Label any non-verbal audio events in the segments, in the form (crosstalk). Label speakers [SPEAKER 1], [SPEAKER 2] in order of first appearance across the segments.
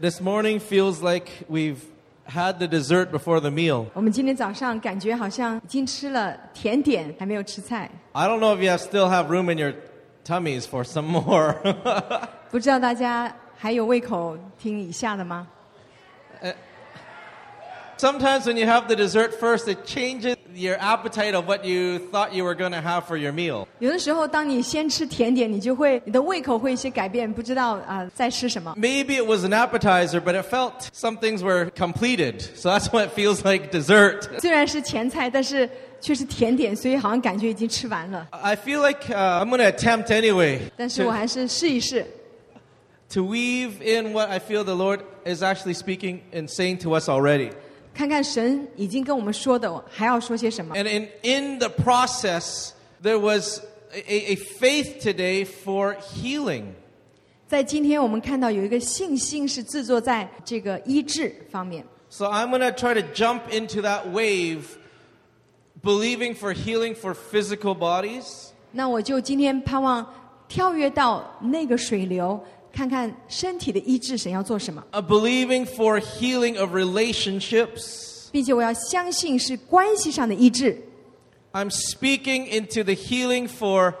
[SPEAKER 1] This morning feels like we've had the dessert before the meal.
[SPEAKER 2] 我们今天早上感觉好像已经吃了甜点，还没有吃菜。
[SPEAKER 1] I don't know if you have, still have room in your tummies for some (laughs) more.
[SPEAKER 2] 不知道大家还有胃口听以下的吗？
[SPEAKER 1] Sometimes when you have the dessert first, it changes your appetite of what you thought you were going to have for your meal.
[SPEAKER 2] 有的时候，当你先吃甜点，你就会你的胃口会有些改变，不知道啊、在吃什么。
[SPEAKER 1] Maybe it was an appetizer, but it felt some things were completed. So that's what it feels like dessert.
[SPEAKER 2] 虽然是前菜，但是却是甜点，所以好像感觉已经吃完了。
[SPEAKER 1] I feel like uh, I'm going to attempt anyway
[SPEAKER 2] 但是我
[SPEAKER 1] to,
[SPEAKER 2] 还是试一试，
[SPEAKER 1] to weave in what I feel the Lord is actually speaking and saying to us already.
[SPEAKER 2] 看看神已经跟我们说的，还要说些什么。
[SPEAKER 1] And in, in the process, there was a, a faith today for healing.
[SPEAKER 2] 在今天，我们看到有一个信心是制作在这个医治方面。
[SPEAKER 1] So I'm going to try to jump into that wave, believing for healing for physical bodies,
[SPEAKER 2] 那我就今天盼望跳跃到那个水流，看看身体的医治神要做什么，
[SPEAKER 1] uh, believing for healing of relationships.
[SPEAKER 2] 并且我要相信是关系上的医治。
[SPEAKER 1] I'm speaking into the healing for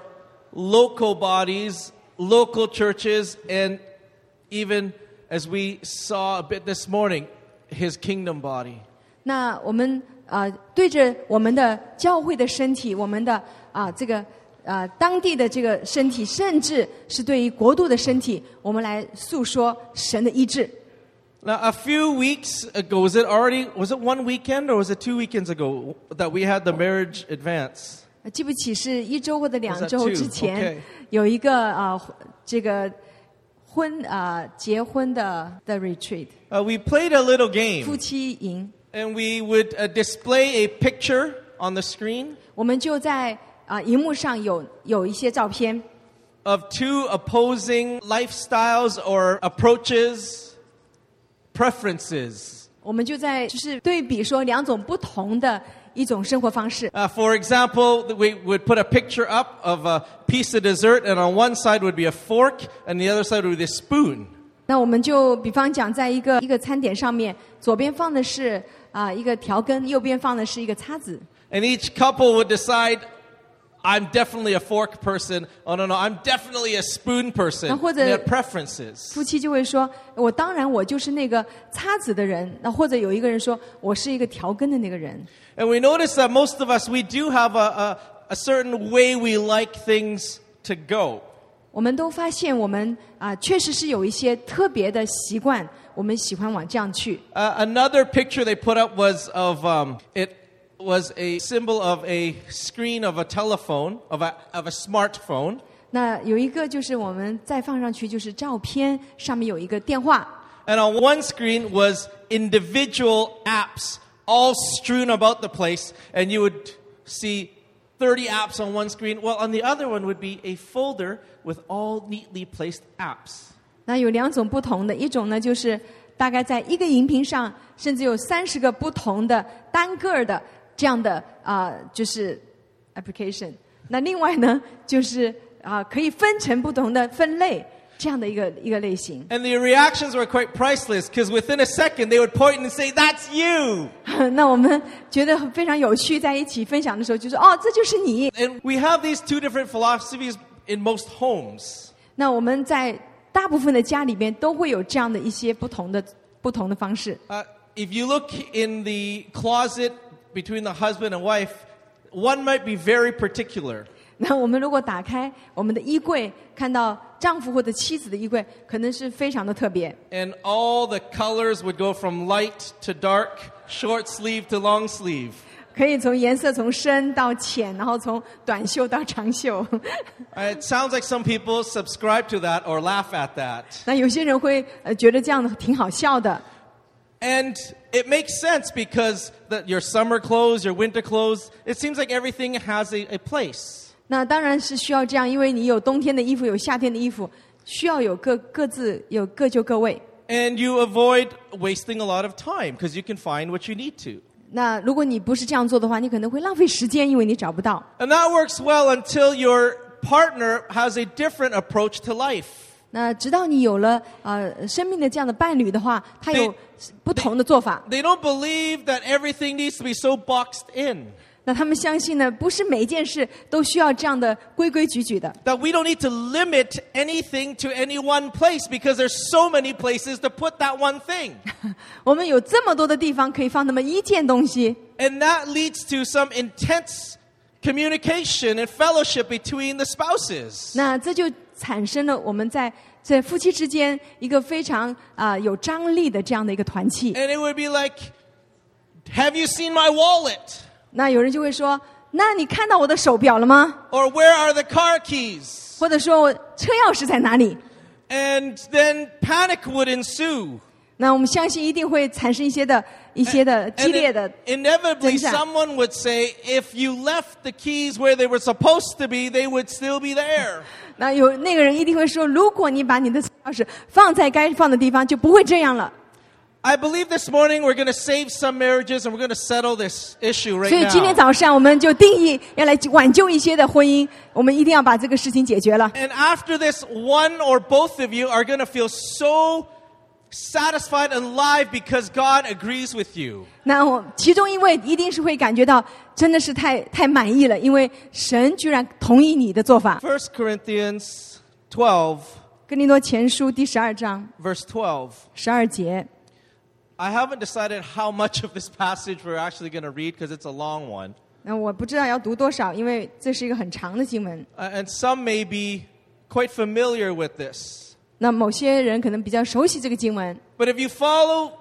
[SPEAKER 1] local bodies, local churches, and even as we saw a bit this morning, his kingdom body.
[SPEAKER 2] 那我们呃，对着我们的教会的身体，我们的啊、这个啊、当地的这个身体，甚至是对于国度的身体，我们来诉说神的医治。
[SPEAKER 1] Now, a few weeks ago, was it already, was it one weekend or was it two weekends ago that we had the marriage advance?
[SPEAKER 2] 呃记不起是一周或者两
[SPEAKER 1] Was that
[SPEAKER 2] 周
[SPEAKER 1] two?
[SPEAKER 2] 之前
[SPEAKER 1] Okay.
[SPEAKER 2] 有一个呃这个婚呃结婚的的 retreat
[SPEAKER 1] Uh, we played a little
[SPEAKER 2] 夫
[SPEAKER 1] game
[SPEAKER 2] 妻营，
[SPEAKER 1] and we would uh, display a picture on the screen
[SPEAKER 2] 我们就在啊、呃、荧幕上有有一些照片，
[SPEAKER 1] of two opposing lifestyles or approaches, preferences.
[SPEAKER 2] 我们就在就是对比说两种不同的一种生活方式。
[SPEAKER 1] Uh, for example, th- we would put a picture up of a piece of dessert, and on one side would be a fork, and the other side would be a spoon.
[SPEAKER 2] 那我们就比方讲，在一个一个餐点上面，左边放的是啊、一个调羹，右边放的是一个叉子。
[SPEAKER 1] And each couple would decide, I'm definitely a fork person. Oh, no, no, I'm definitely a spoon person.
[SPEAKER 2] 然后或者-
[SPEAKER 1] And they had preferences.
[SPEAKER 2] 夫妻就会说：“呃我当然我就是那个擦子的人。”那或者有一个人说：“我是一个调羹的那个人。
[SPEAKER 1] And we notice that most of us, we do have a, a, a certain way we like things to go. ”
[SPEAKER 2] 我们都发现，我们啊、确实是有一些特别的习惯，我们喜欢往这样去。
[SPEAKER 1] Uh, another picture they put up was of, um, it was a symbol of a screen of a telephone, of a, of a smartphone.
[SPEAKER 2] 那有一个就是我们再放上去，就是照片上面有一个电话，
[SPEAKER 1] And on one screen was individual apps all strewn about the place, and you would see 30 apps on one screen, while on the other one would be a folder with all neatly placed apps.
[SPEAKER 2] 那有两种不同的，一种呢就是大概在一个荧屏上，甚至有三十个不同的单个儿的这样的啊、就是 application。那另外呢，就是啊、可以分成不同的分类这样的一个一个类型。 (laughs)
[SPEAKER 1] And the reactions were quite priceless because within a second they would point and say, That's you!
[SPEAKER 2] 那我们觉得非常有趣，在一起分享的时候就说：“哦，这就是你。
[SPEAKER 1] And we have these two different philosophies in most homes. ”
[SPEAKER 2] 那我们在大部分的家里边都会有这样的一些不同的不同的方式。
[SPEAKER 1] Uh, if you look in the closet between the husband and wife, one might be very particular.
[SPEAKER 2] 那我们如果打开我们的衣柜，看到丈夫或者妻子的衣柜，可能是非常的特别。
[SPEAKER 1] and all the colors would go from light to dark, short sleeve to long sleeve.
[SPEAKER 2] 可以从颜色从深到浅，然后从短袖到长袖。 (laughs)
[SPEAKER 1] Uh, It sounds like some people subscribe to that or laugh at that.
[SPEAKER 2] 那有些人会呃觉得这样的挺好笑的，
[SPEAKER 1] And it makes sense because the, your summer clothes, your winter clothes, it seems like everything has a, a place.
[SPEAKER 2] 那当然是需要这样，因为你有冬天的衣服，有夏天的衣服，需要有各各自有各就各位。
[SPEAKER 1] And you avoid wasting a lot of time because you can find what you need to.
[SPEAKER 2] 那如果你不是这样做的话，你可能会浪费时间，因为你找不到。
[SPEAKER 1] And that works well until your partner has a different approach to life.
[SPEAKER 2] 那直到你有了呃生命的这样的伴侣的话，他有
[SPEAKER 1] 对
[SPEAKER 2] 不同的做法。
[SPEAKER 1] They don't believe that everything needs to be so boxed in,
[SPEAKER 2] 那他们相信呢，不是每一件事都需要这样的规规矩矩的。
[SPEAKER 1] that we don't need to limit anything to any one place because there's so many places to put that one thing.
[SPEAKER 2] 我们有这么多的地方可以放那么一件东西，
[SPEAKER 1] And that leads to some intense communication and fellowship between the spouses.
[SPEAKER 2] 那这就产生了我们在在夫妻之间一个非常啊、有张力的这样的一个团契。
[SPEAKER 1] And it would be like, Have you seen my wallet?
[SPEAKER 2] 那有人就会说：“那你看到我的手表了吗？
[SPEAKER 1] Or where are the car keys?
[SPEAKER 2] 或者说我车钥匙在哪里
[SPEAKER 1] And then panic would ensue.？”
[SPEAKER 2] 那我们相信一定会产生一些的一些的激
[SPEAKER 1] And
[SPEAKER 2] 烈的
[SPEAKER 1] in- inevitably,
[SPEAKER 2] 争战。
[SPEAKER 1] someone would say, if you left the keys where they were supposed to be, they would still be there.
[SPEAKER 2] 那有那个人一定会说：“如果你把你的钥匙放在该放的地方，就不会这样了。
[SPEAKER 1] I believe this morning we're going to save some marriages and we're going to settle this issue ” right
[SPEAKER 2] 所以今天
[SPEAKER 1] now.
[SPEAKER 2] 早上我们就定义要来挽救一些的婚姻，我们一定要把这个事情解决了。
[SPEAKER 1] And after this, one or both of you are going to feel so satisfied and alive because God agrees with you.
[SPEAKER 2] 那我其中一位一定是会感觉到真的是太太满意了，因为神居然同意你的做法。
[SPEAKER 1] 1 Corinthians 12,
[SPEAKER 2] 哥林多前书第十二章
[SPEAKER 1] verse 12.
[SPEAKER 2] 十二节，
[SPEAKER 1] I haven't decided how much of this passage we're actually going to read because it's a long one.
[SPEAKER 2] 那我不知道要读多少，因为这是一个很长的经文。
[SPEAKER 1] Uh, and some may be quite familiar with this.
[SPEAKER 2] 那某些人可能比较熟悉这个经文，
[SPEAKER 1] But if you follow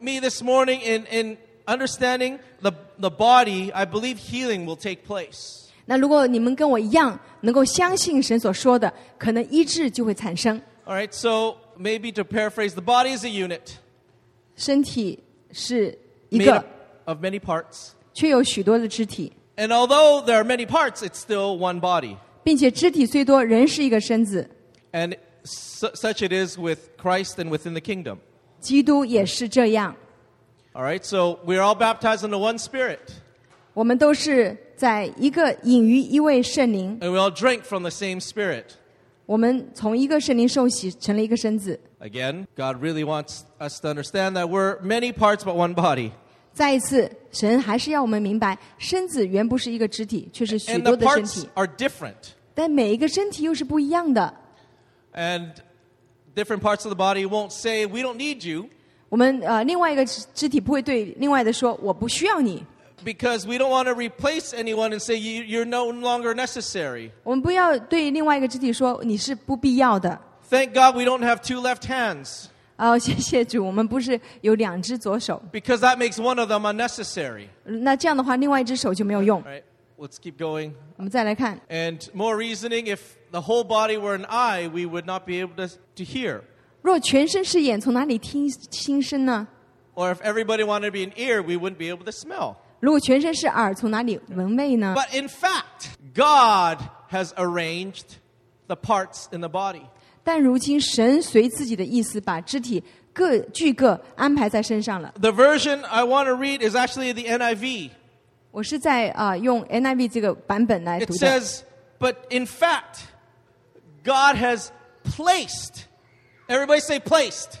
[SPEAKER 1] me this morning in, in understanding the, the body, I believe healing will take place.
[SPEAKER 2] 那如果你们跟我一样能够相信神所说的，可能医治就会产生。
[SPEAKER 1] All right, so maybe to paraphrase, the body is a unit
[SPEAKER 2] 身体是一
[SPEAKER 1] made
[SPEAKER 2] 个
[SPEAKER 1] up of many parts.
[SPEAKER 2] 却有许多的肢体，
[SPEAKER 1] And although there are many parts, it's still one body.
[SPEAKER 2] 并且肢体虽多，人是一个身子。
[SPEAKER 1] And su- such it is with Christ and within the kingdom.
[SPEAKER 2] 基督也是这样，
[SPEAKER 1] All right, so we're all baptized into one spirit,
[SPEAKER 2] 我们都是在一个隐于一位圣灵，
[SPEAKER 1] and we all drink from the same spirit.
[SPEAKER 2] 我们从一个圣灵受洗，成了一个身子。
[SPEAKER 1] Again, God really wants us to understand that we're many parts but one body.
[SPEAKER 2] 再一次，神还是要我们明白，身子原不是一个肢体，却是许
[SPEAKER 1] And
[SPEAKER 2] 多
[SPEAKER 1] the
[SPEAKER 2] 的身
[SPEAKER 1] parts
[SPEAKER 2] 体，
[SPEAKER 1] are different.
[SPEAKER 2] 但每一个身体又是不一样的。
[SPEAKER 1] And different parts of the body won't say, We don't need you,
[SPEAKER 2] 我们呃，另外一个肢肢体不会对另外的说“我不需要你
[SPEAKER 1] because we don't want to replace anyone and say, "You- You're no longer necessary. ”，
[SPEAKER 2] 我们不要对另外一个肢体说“你是不必要的
[SPEAKER 1] Thank God we don't have two left hands ”。
[SPEAKER 2] 呃，谢谢主，我们不是有两只左手，
[SPEAKER 1] because that makes one of them unnecessary.
[SPEAKER 2] 那这样的话，另外一只手就没有用
[SPEAKER 1] All。right, let's keep going.
[SPEAKER 2] 我们再来看，
[SPEAKER 1] And more reasoning if the whole body were an eye, we would not be able to, to hear.
[SPEAKER 2] 若全身是眼，从哪里听心声呢？
[SPEAKER 1] Or if everybody wanted to be an ear, we wouldn't be able to smell.
[SPEAKER 2] 如果全身是耳，从哪里闻味呢？
[SPEAKER 1] But in fact, God has arranged the parts in the body.
[SPEAKER 2] 但如今神随自己的意思，把肢体各具各安排在身上了。
[SPEAKER 1] The version I want to read is actually the NIV.
[SPEAKER 2] 我是在啊、呃用 NIV 这个版本来
[SPEAKER 1] It
[SPEAKER 2] 读的。
[SPEAKER 1] says, But in fact, God has placed. Everybody say placed.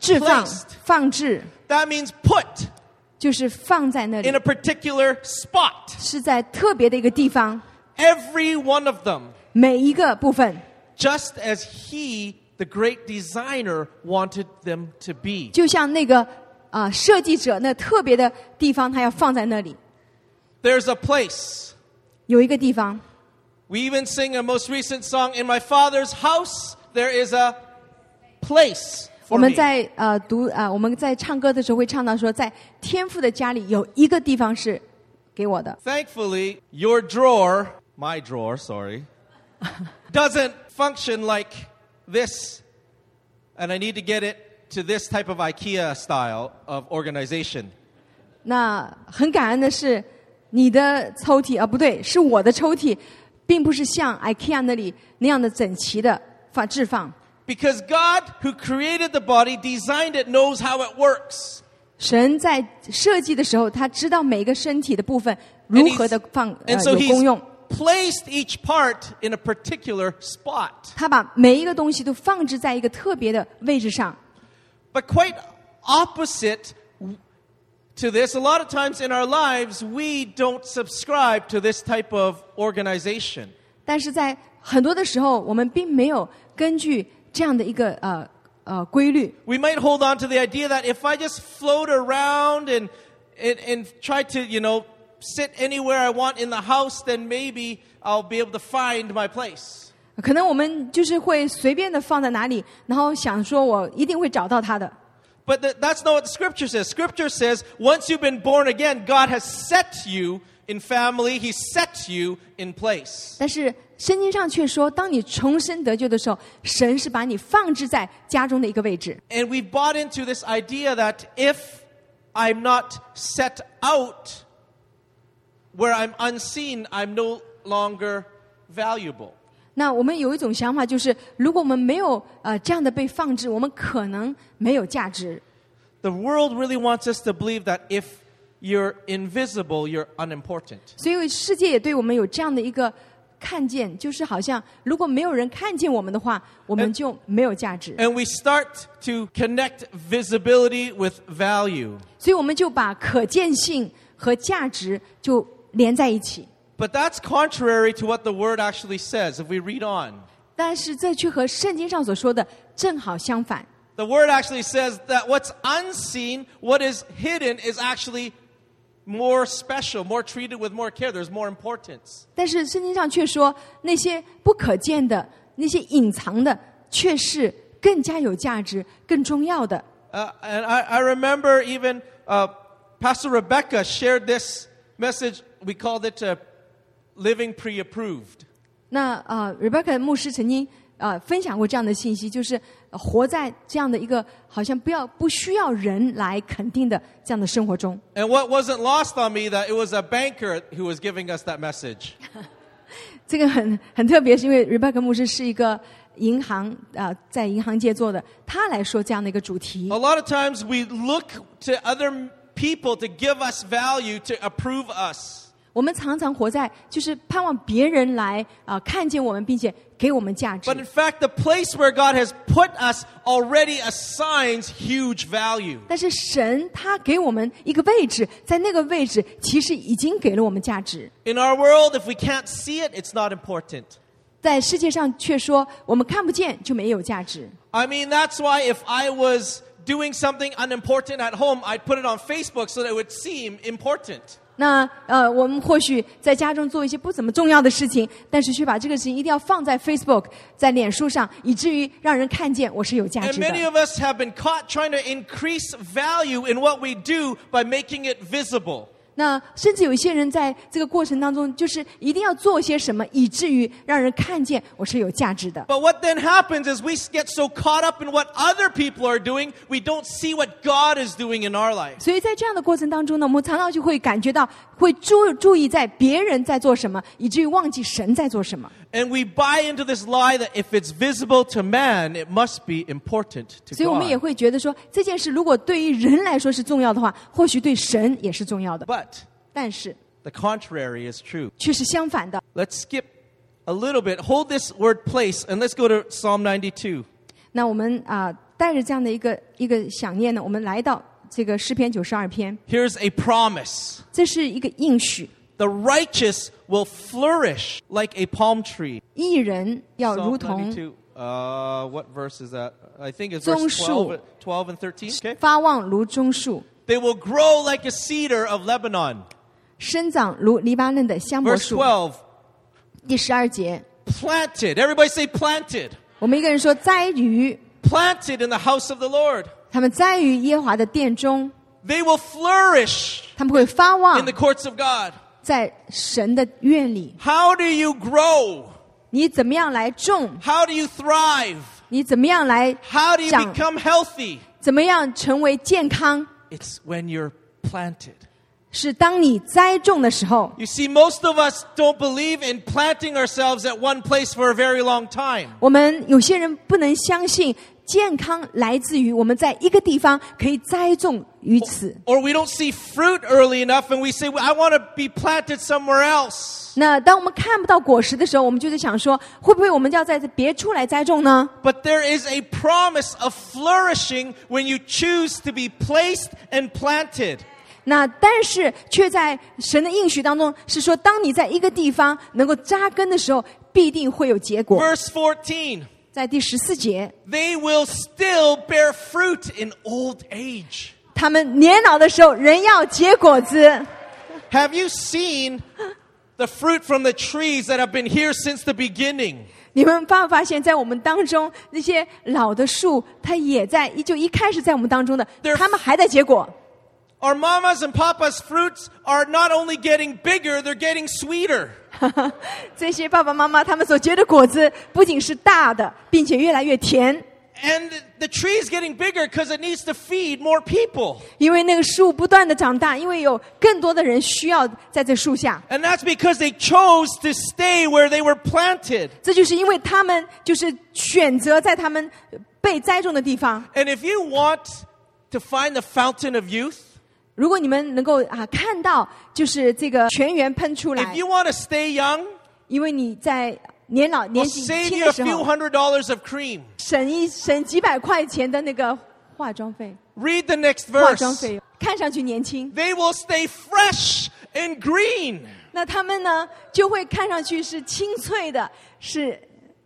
[SPEAKER 2] 置放
[SPEAKER 1] placed、
[SPEAKER 2] 放置，
[SPEAKER 1] That means put
[SPEAKER 2] 就是放在那
[SPEAKER 1] in
[SPEAKER 2] 里
[SPEAKER 1] a，particular spot.
[SPEAKER 2] 是在特别的一个地方，
[SPEAKER 1] every one of them,
[SPEAKER 2] 每一个部分，
[SPEAKER 1] just as He, the great designer, wanted them to be.
[SPEAKER 2] 就像那个啊、呃设计者那特别的地方，他要放在那里。
[SPEAKER 1] There's a place.
[SPEAKER 2] 有一个地方，
[SPEAKER 1] We even sing a most recent song, In My Father's House, there is a place
[SPEAKER 2] 我
[SPEAKER 1] for
[SPEAKER 2] 们
[SPEAKER 1] me.
[SPEAKER 2] 在呃读啊、呃我们在唱歌的时候会唱到说，在天父的家里有一个地方是给我的。
[SPEAKER 1] Thankfully, your drawer, my drawer, sorry,
[SPEAKER 2] (laughs)
[SPEAKER 1] doesn't function like this. And I need to get it to this type of IKEA style of organization.
[SPEAKER 2] 那很感恩的是，你的抽屉啊，不对，是我的抽屉，并不
[SPEAKER 1] (laughs)
[SPEAKER 2] 是像 IKEA 那里那样的整齐的放置放。
[SPEAKER 1] Because God, who created the body, designed it, knows how it works.
[SPEAKER 2] 神在设计的时候，他知道每一个身体的部分如
[SPEAKER 1] And
[SPEAKER 2] 何
[SPEAKER 1] he's-
[SPEAKER 2] 的放呃
[SPEAKER 1] and so
[SPEAKER 2] 有
[SPEAKER 1] he's
[SPEAKER 2] 功用，
[SPEAKER 1] placed each part in a particular spot.
[SPEAKER 2] 他把每一个东西都放置在一个特别的位置上。
[SPEAKER 1] But quite opposite to this, a lot of times in our lives, we don't subscribe to this type of organization.
[SPEAKER 2] 但是在很多的时候，我们并没有根据这样的一个呃呃规律，
[SPEAKER 1] We might hold on to the idea that if I just float around and, and, and try to, you know, sit anywhere I want in the house, then maybe I'll be able to find my place.
[SPEAKER 2] 可能我们就是会随便的放在哪里，然后想说我一定会找到它的。
[SPEAKER 1] But th- that's not what the scripture says. Scripture says once you've been born again, God has set you in family, He set you in place.
[SPEAKER 2] 但是圣经上却说，当你重生得救的时候，神是把你放置在家中的一个位置。
[SPEAKER 1] And we've bought into this idea that if I'm not set out where I'm unseen, I'm no longer valuable.
[SPEAKER 2] 那我们有一种想法，就是如果我们没有呃这样的被放置，我们可能没有价值。
[SPEAKER 1] The world really wants us to believe that if you're invisible, you're unimportant.
[SPEAKER 2] 所以世界也对我们有这样的一个看见，就是好像如果没有人看见我们的话，我们就没有价值。
[SPEAKER 1] And we start to connect visibility with value.
[SPEAKER 2] 所以我们就把可见性和价值就连在一起。
[SPEAKER 1] But that's contrary to what the word actually says. If we read on,
[SPEAKER 2] 但是这却和圣经上所说的正好相反。
[SPEAKER 1] the word actually says that what's unseen, what is hidden, is actually more special, more treated with more care. There's more importance.
[SPEAKER 2] 但是圣经上却说，那些不可见的、那些隐藏的，却是更加有价值、更重要的。
[SPEAKER 1] Uh, and I, I remember even uh, Pastor Rebecca shared this message. We called it uh, Living Pre Approved.
[SPEAKER 2] 那呃，Rebecca 牧师曾经呃分享过这样的信息，就是、呃活在这样的一个好像不要不需要人来肯定的这样的生活中。
[SPEAKER 1] And what wasn't lost on me that it was a banker who was giving us that message.
[SPEAKER 2] 这个很 (laughs) 很特别，是因为 Rebecca 牧师是一个银行啊、呃在银行界做的，他来说这样的一个主题
[SPEAKER 1] A。lot of times we look to other people to give us value, to approve us.
[SPEAKER 2] 我们常常活在就是盼望别人来啊、呃看见我们，并且给我们价值
[SPEAKER 1] But。in fact, the place where God has put us already assigns huge value.
[SPEAKER 2] 但是神他给我们一个位置，在那个位置其实已经给了我们价值。
[SPEAKER 1] In our world, if we can't see it, it's not important.
[SPEAKER 2] 在世界上却说我们看不见就没有价值。
[SPEAKER 1] I mean, that's why if I was doing something unimportant at home, I'd put it on Facebook so that it would seem important.
[SPEAKER 2] 那呃，我们或许在家中做一些不怎么重要的事情，但是却把这个事情一定要放在 Facebook、在脸书上，以至于让人看见我是有价
[SPEAKER 1] And
[SPEAKER 2] 值
[SPEAKER 1] many
[SPEAKER 2] 的。
[SPEAKER 1] of us have been caught trying to increase value in what we do by making it visible.
[SPEAKER 2] 那甚至有一些人在这个过程当中，就是一定要做些什么，以至于让人看见我是有价值的。
[SPEAKER 1] But what then happens is we get so caught up in what other people are doing, we don't see what God is doing in our lives.
[SPEAKER 2] 所以在这样的过程当中呢，我们常常就会感觉到，会注注意在别人在做什么，以至于忘记神在做什么。
[SPEAKER 1] And we buy into this lie that if it's visible to man, it must be important to
[SPEAKER 2] 所以我们也
[SPEAKER 1] God.
[SPEAKER 2] 会觉得说，这件事如果对于人来说是重要的话，或许对神也是重要的。
[SPEAKER 1] But
[SPEAKER 2] 但是
[SPEAKER 1] the contrary is true.
[SPEAKER 2] 却是相反的。
[SPEAKER 1] Let's skip a little bit. Hold this word place and let's go to Psalm 92.
[SPEAKER 2] 那我们啊、带着这样的一个一个想念呢，我们来到这个诗篇九十二篇，
[SPEAKER 1] Here's a promise
[SPEAKER 2] 这是一个应许，
[SPEAKER 1] The righteous will flourish like a palm tree.
[SPEAKER 2] 一人要
[SPEAKER 1] Psalm
[SPEAKER 2] 如同
[SPEAKER 1] 92. Uh, what verse is that? I think it's
[SPEAKER 2] 棕
[SPEAKER 1] verse
[SPEAKER 2] 树
[SPEAKER 1] 12, 12 and 13. Okay.
[SPEAKER 2] 发旺如棕树，
[SPEAKER 1] They will grow like a cedar of Lebanon.
[SPEAKER 2] 生长如黎巴嫩的香柏
[SPEAKER 1] Verse
[SPEAKER 2] 树。
[SPEAKER 1] 12.
[SPEAKER 2] 第十二节，
[SPEAKER 1] Planted. Everybody say planted.
[SPEAKER 2] 我们一个人说栽于
[SPEAKER 1] Planted in the house of the Lord.
[SPEAKER 2] 他们栽于耶和华的殿中，
[SPEAKER 1] They will flourish
[SPEAKER 2] 他们会发
[SPEAKER 1] in
[SPEAKER 2] 旺
[SPEAKER 1] the courts of God.
[SPEAKER 2] 在神的院里。
[SPEAKER 1] How do you grow?
[SPEAKER 2] 你怎么样来种？
[SPEAKER 1] How do you thrive?
[SPEAKER 2] 你怎么样来
[SPEAKER 1] How do you
[SPEAKER 2] 长？
[SPEAKER 1] become healthy?
[SPEAKER 2] 怎么样成为健康？
[SPEAKER 1] It's when you're planted.
[SPEAKER 2] 是当你栽种的时候，
[SPEAKER 1] You see, most of us don't believe in planting ourselves at one place for a very long time.
[SPEAKER 2] 我们有些人不能相信健康来自于我们在一个地方可以栽种于此。
[SPEAKER 1] Or we don't see fruit early enough and we say, well, I want to be planted somewhere else.
[SPEAKER 2] 那当我们看不到果实的时候，我们就在想说，会不会我们要在别处来栽种呢？
[SPEAKER 1] But there is a promise of flourishing when you choose to be placed and planted.
[SPEAKER 2] 那但是却在神的应许当中是说，当你在一个地方能够扎根的时候，必定会有结果。
[SPEAKER 1] Verse 14
[SPEAKER 2] 在第十四节，
[SPEAKER 1] They will still bear fruit in old age.
[SPEAKER 2] 他们年老的时候仍要结果子。
[SPEAKER 1] Have you seen the fruit from the trees that have been here since the beginning?
[SPEAKER 2] 你们发不发现，在我们当中那些老的树，它也在依旧一开始在我们当中的
[SPEAKER 1] They're-，
[SPEAKER 2] 他们还在结果。
[SPEAKER 1] Our mamas and papas' fruits are not only getting bigger, they're getting sweeter.
[SPEAKER 2] (laughs) 这些爸爸妈妈他们所结的果子，不仅是大的，并且越来越甜。
[SPEAKER 1] And the tree's getting bigger because it needs to feed more people.
[SPEAKER 2] 因为那个树不断的长大，因为有更多的人需要在这树下。
[SPEAKER 1] And that's because they chose to stay where they were planted.
[SPEAKER 2] 这就是因为他们就是选择在他们被栽种的地方。
[SPEAKER 1] And if you want to find the fountain of youth,
[SPEAKER 2] 如果你们能够啊看到，就是这个泉源喷出
[SPEAKER 1] if
[SPEAKER 2] 来，
[SPEAKER 1] you want to stay young,
[SPEAKER 2] 因为你在年老
[SPEAKER 1] we'll
[SPEAKER 2] 年纪
[SPEAKER 1] save
[SPEAKER 2] 轻
[SPEAKER 1] you a
[SPEAKER 2] 的时
[SPEAKER 1] few
[SPEAKER 2] 候，
[SPEAKER 1] hundred dollars of cream.
[SPEAKER 2] 省一省几百块钱的那个化妆费，
[SPEAKER 1] Read the next
[SPEAKER 2] 化妆
[SPEAKER 1] verse.
[SPEAKER 2] 费用看上去年轻，
[SPEAKER 1] They will stay fresh and green.
[SPEAKER 2] 那他们呢就会看上去是清脆的，是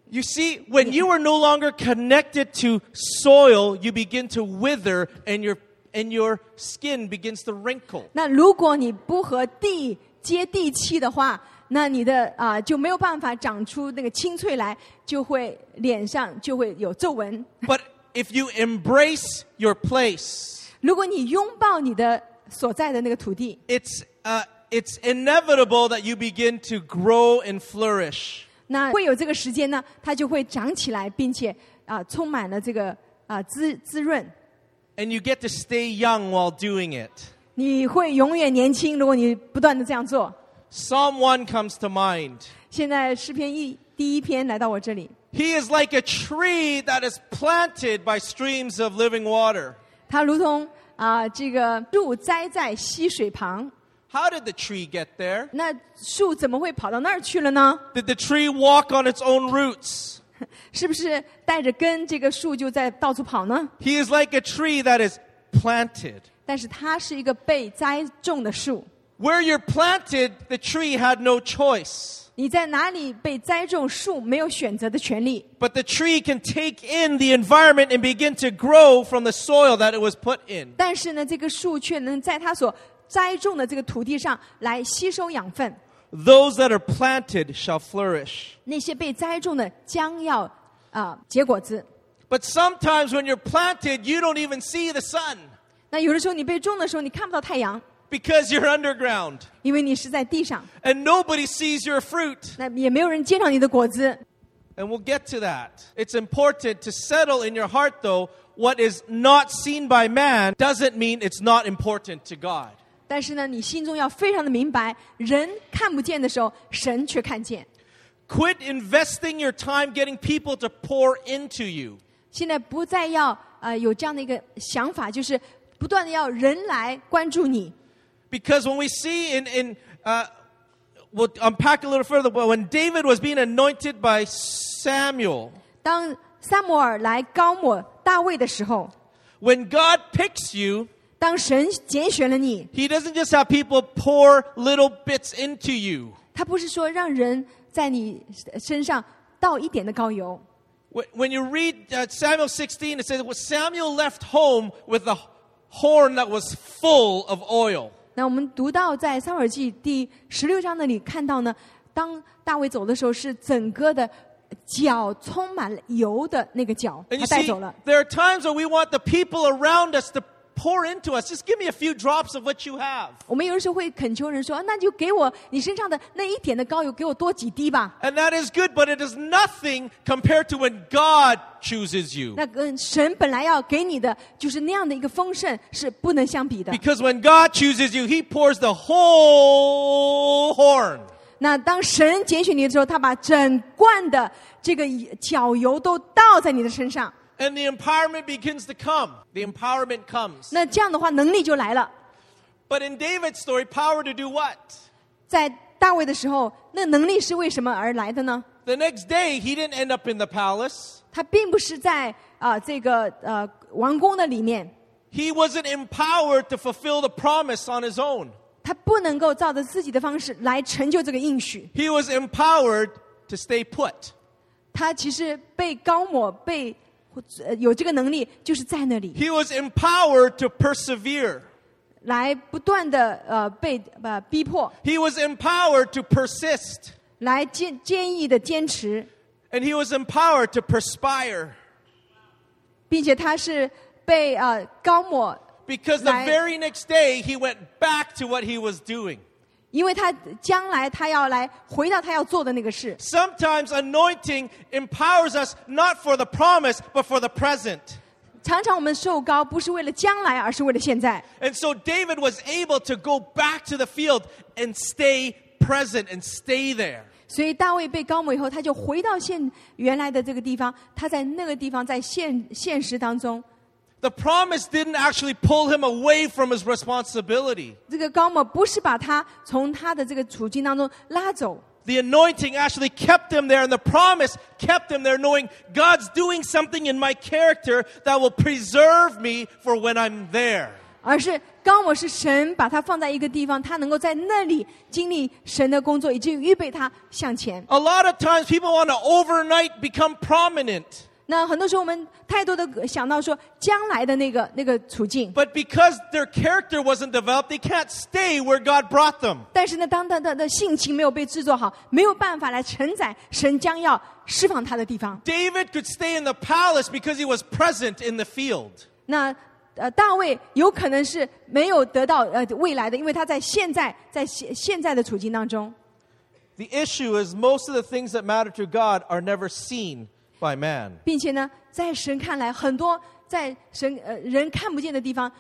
[SPEAKER 1] You see, when you are no longer connected to soil, you begin to wither and your and your skin begins to wrinkle.
[SPEAKER 2] 那如果你不和地接地气的话，那你的啊、就没有办法长出那个青翠来，就会脸上就会有皱纹。
[SPEAKER 1] But if you embrace your place,
[SPEAKER 2] 如果你拥抱你的所在的那个土地，
[SPEAKER 1] it's uh, it's inevitable that you begin to grow and flourish.
[SPEAKER 2] 那会有这个时间呢，它就会长起来，并且啊、充满了这个啊、滋滋润。
[SPEAKER 1] And you get to stay young while doing it.
[SPEAKER 2] 你会永远年轻，如果你不断的这样做。
[SPEAKER 1] Psalm 1 comes to mind.
[SPEAKER 2] 现在诗篇一第一篇来到我这里，
[SPEAKER 1] He is like a tree that is planted by streams of living water.
[SPEAKER 2] 它如同啊、这个树栽在溪水旁，
[SPEAKER 1] How did the tree get there?
[SPEAKER 2] 那树怎么会跑到那儿去了呢？
[SPEAKER 1] Did the tree walk on its own roots?
[SPEAKER 2] 是不是带着根这个树就在到处跑呢？
[SPEAKER 1] He is like a tree that is planted.
[SPEAKER 2] 但是它是一个被栽种的树，
[SPEAKER 1] Where you're planted, the tree had no choice.
[SPEAKER 2] 你在哪里被栽种，树没有选择的权利。
[SPEAKER 1] But the tree can take in the environment and begin to grow from the soil that it was put in.
[SPEAKER 2] 但是呢，这个树却能在它所栽种的这个土地上来吸收养分。
[SPEAKER 1] Those that are planted shall flourish.
[SPEAKER 2] 那些被栽种的将要啊、结果子。
[SPEAKER 1] But sometimes when you're planted, you don't even see the sun
[SPEAKER 2] 那有的时候你被种的时候，你看不到太阳，
[SPEAKER 1] because you're underground
[SPEAKER 2] 因为你是在地上，
[SPEAKER 1] and nobody sees your fruit.
[SPEAKER 2] 那也没有人接上你的果子。
[SPEAKER 1] And we'll get to that. It's important to settle in your heart, though, what is not seen by man doesn't mean it's not important to God.
[SPEAKER 2] 但是呢，你心中要非常的明白，人看不见的时候，神却看见。
[SPEAKER 1] Quit investing your time getting people to pour into you.
[SPEAKER 2] 现在不再要呃有这样的一个想法，就是不断的要人来关注你。
[SPEAKER 1] Because when we see in, in uh, we'll unpack a little further, but when David was being anointed by Samuel,
[SPEAKER 2] 当萨摩尔来高抹大卫的时候，
[SPEAKER 1] when God picks you,
[SPEAKER 2] 当神拣选了你，
[SPEAKER 1] he doesn't just have people pour little bits into you.
[SPEAKER 2] 他不是说让人在你身上倒一点的膏油。
[SPEAKER 1] When- When you read uh, Samuel 16, it says, "Well, Samuel left home with a horn that was full of oil.
[SPEAKER 2] 那我们读到在撒母耳记第十六章那里看到呢，当大卫走的时候，是整个的脚充满了油的那个脚，
[SPEAKER 1] And
[SPEAKER 2] 他
[SPEAKER 1] you
[SPEAKER 2] 带
[SPEAKER 1] see,
[SPEAKER 2] 走了。
[SPEAKER 1] there are times where we want the people around us to pour into us. Just give me a few drops of what you have.
[SPEAKER 2] 我们有的时候会恳求人说：“啊那就给我你身上的那一点的膏油，给我多几滴吧。
[SPEAKER 1] And that is good, but it is nothing compared to when God chooses you.
[SPEAKER 2] 那跟神本来要给你的就是那样的一个丰盛是不能相比的。
[SPEAKER 1] Because when God chooses you, He pours the whole horn.
[SPEAKER 2] 那当神拣选你的时候，他把整罐的这个脚油都倒在你的身上。
[SPEAKER 1] And the empowerment begins to come. The empowerment comes.
[SPEAKER 2] 那这样的话能力就来了。
[SPEAKER 1] But in David's story, power to do what?
[SPEAKER 2] 在大卫的时候，那能力是为什么而来的呢？
[SPEAKER 1] The next day, he didn't end up in the palace.
[SPEAKER 2] 他并不是在啊、这个呃王宫的里面，
[SPEAKER 1] He wasn't empowered to fulfill the promise on his own.
[SPEAKER 2] 他不能够照着自己的方式来成就这个应许。
[SPEAKER 1] He was empowered to stay put.
[SPEAKER 2] 他其实被高抹被、呃有这个能力，就是在那里
[SPEAKER 1] He was empowered to persevere.
[SPEAKER 2] 来不断的呃被呃逼迫，
[SPEAKER 1] He was empowered to persist.
[SPEAKER 2] 来坚坚毅的坚持，
[SPEAKER 1] And he was empowered to perspire.
[SPEAKER 2] 并且他是被呃高抹，
[SPEAKER 1] Because the
[SPEAKER 2] Right.
[SPEAKER 1] very next day, he went back to what he was doing.
[SPEAKER 2] 因为他将来他要来回到他要做的那个事。
[SPEAKER 1] Sometimes anointing empowers us not for the promise, but for the present.
[SPEAKER 2] 常常我们受高不是为了将来，而是为了现在。
[SPEAKER 1] And so David was able to go back to the field and stay present and stay there.
[SPEAKER 2] 所以大卫被高抹以后，他就回到现原来的这个地方，他在那个地方在现现实当中，
[SPEAKER 1] The promise didn't actually pull him away from his responsibility.
[SPEAKER 2] 这个高抹不是把他从他的这个处境当中拉走，
[SPEAKER 1] The anointing actually kept him there, and the promise kept him there, knowing God's doing something in my character that will preserve me for when I'm there.
[SPEAKER 2] 而是高抹是神把他放在一个地方，他能够在那里经历神的工作，已经预备他向前。
[SPEAKER 1] A lot of times people want to overnight become prominent,
[SPEAKER 2] 那很多时候我们太多的想到说将来的那个那个处境，
[SPEAKER 1] but because their character wasn't developed, they can't stay where God brought them.
[SPEAKER 2] 但是呢，当他的的性情没有被制作好，没有办法来承载神将要释放他的地方。
[SPEAKER 1] David could stay in the palace because he was present in the field.
[SPEAKER 2] 那呃，大卫有可能是没有得到呃未来的，因为他在现在在现现在的处境当中。
[SPEAKER 1] The issue is most of the things that matter to God are never seen by man.
[SPEAKER 2] 并且呢，在神看来，很多在神呃人看不见的地方，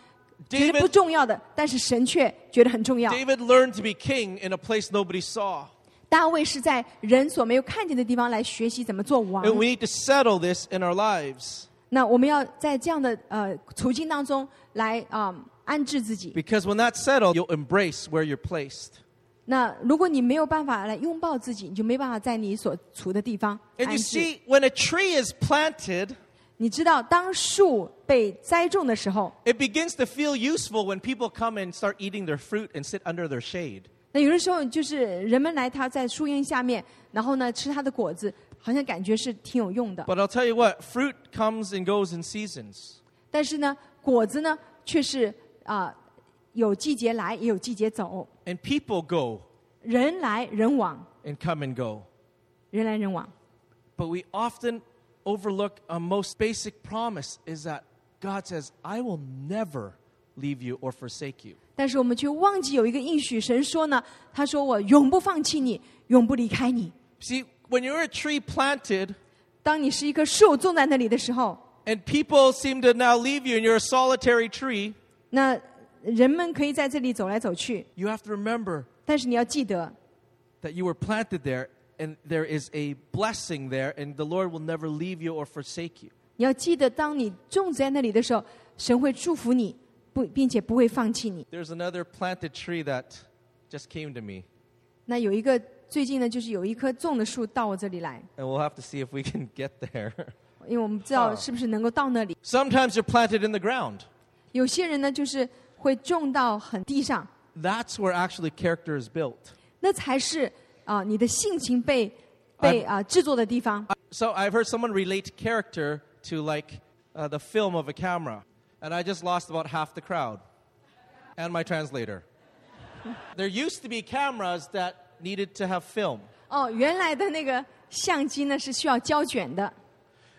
[SPEAKER 2] 觉得不
[SPEAKER 1] David,
[SPEAKER 2] 重要的，但是神却觉得很重要。
[SPEAKER 1] David learned to be king in a place nobody saw.
[SPEAKER 2] 大卫是在人所没有看见的地方来学习怎么做王。
[SPEAKER 1] And we need to settle this in our lives
[SPEAKER 2] 那我们要在这样的呃处境当中来啊、安置自己。
[SPEAKER 1] because when that's settled, you'll embrace where you're placed.
[SPEAKER 2] 那如果你没有办法来拥抱自己，你就没办法在你所处的地方
[SPEAKER 1] And
[SPEAKER 2] 安
[SPEAKER 1] you
[SPEAKER 2] 置。
[SPEAKER 1] see, when a tree is planted,
[SPEAKER 2] 你知道，当树被栽种的时候，
[SPEAKER 1] it begins to feel useful when people come and start eating their fruit and sit under their shade.
[SPEAKER 2] 那有的时候就是人们来，他在树荫下面，然后呢吃它的果子，好像感觉是挺有用的。
[SPEAKER 1] But I'll tell you what, fruit comes and goes in seasons.
[SPEAKER 2] 但是呢，果子呢却是啊、有季节来，也有季节走，
[SPEAKER 1] And people go
[SPEAKER 2] 人来人往，
[SPEAKER 1] and come and go.
[SPEAKER 2] 人来人往。
[SPEAKER 1] But we often overlook a most basic promise is that God says, I will never leave you or forsake you.
[SPEAKER 2] 但是我们却忘记有一个应许，神说呢，他说我永不放弃你，永不离开你。
[SPEAKER 1] See, when you're a tree planted
[SPEAKER 2] 当你是一棵树种在那里的时候，
[SPEAKER 1] and people seem to now leave you and you're a solitary tree,
[SPEAKER 2] 那人们可以在这里走来走去，
[SPEAKER 1] you have to remember
[SPEAKER 2] 但是你要记得，
[SPEAKER 1] that you were planted there and there is a blessing there and the Lord will never leave you or forsake you.
[SPEAKER 2] 你要记得，当你种植在那里的时候，神会祝福你，不，并且不会放弃你。
[SPEAKER 1] There's another planted tree that just came to me
[SPEAKER 2] 那有一个最近呢，就是有一棵种的树到我这里来，
[SPEAKER 1] and we'll have to see if we (laughs) can get there. (laughs)
[SPEAKER 2] 因为我们不知道是不是能够到那里。
[SPEAKER 1] Sometimes you're planted in the ground.
[SPEAKER 2] 有些人呢，就是会种到很地上，
[SPEAKER 1] That's where actually character is built.
[SPEAKER 2] 那才是啊、你的性情被被啊、制作的地方。
[SPEAKER 1] So I've heard someone relate character to like uh, the film of a camera, and I just lost about half the crowd and my translator. (laughs) there used to be cameras that needed to have film,
[SPEAKER 2] 哦，原来的那个相机呢是需要胶卷的，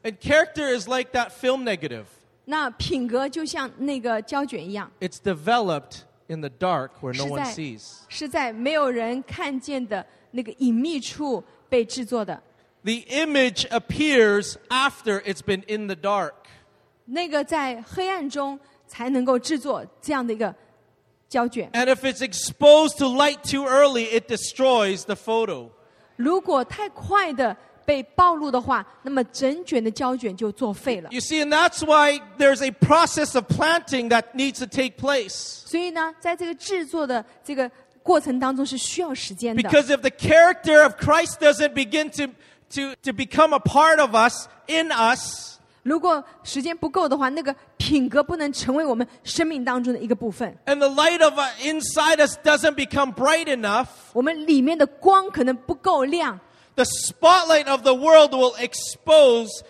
[SPEAKER 1] and character is like that film negative.
[SPEAKER 2] 那品格就像那个胶卷一样，
[SPEAKER 1] It's developed in the dark where no
[SPEAKER 2] She's
[SPEAKER 1] one
[SPEAKER 2] like-
[SPEAKER 1] sees.
[SPEAKER 2] 是在没有人看见的那个隐秘处被制作的。
[SPEAKER 1] The image appears after it's been in the dark.
[SPEAKER 2] 那个在黑暗中才能够制作这样的一个胶卷。
[SPEAKER 1] And if it's exposed to light too early, it destroys the photo.
[SPEAKER 2] 如果太快的被暴露的话，那么整卷的胶卷就作废了。
[SPEAKER 1] You see, and that's why there's a process of planting that needs to take place.
[SPEAKER 2] 所以呢，在这个制作的这个过程当中是需要时间的。
[SPEAKER 1] Because if the character of Christ doesn't begin to, to, to become a part of us, in us,
[SPEAKER 2] 如果时间不够的话，那个品格不能成为我们生命当中的一个部分。
[SPEAKER 1] and the light of uh, inside us doesn't become bright enough,
[SPEAKER 2] 我们里面的光可能不够亮，
[SPEAKER 1] the spotlight of the world will expose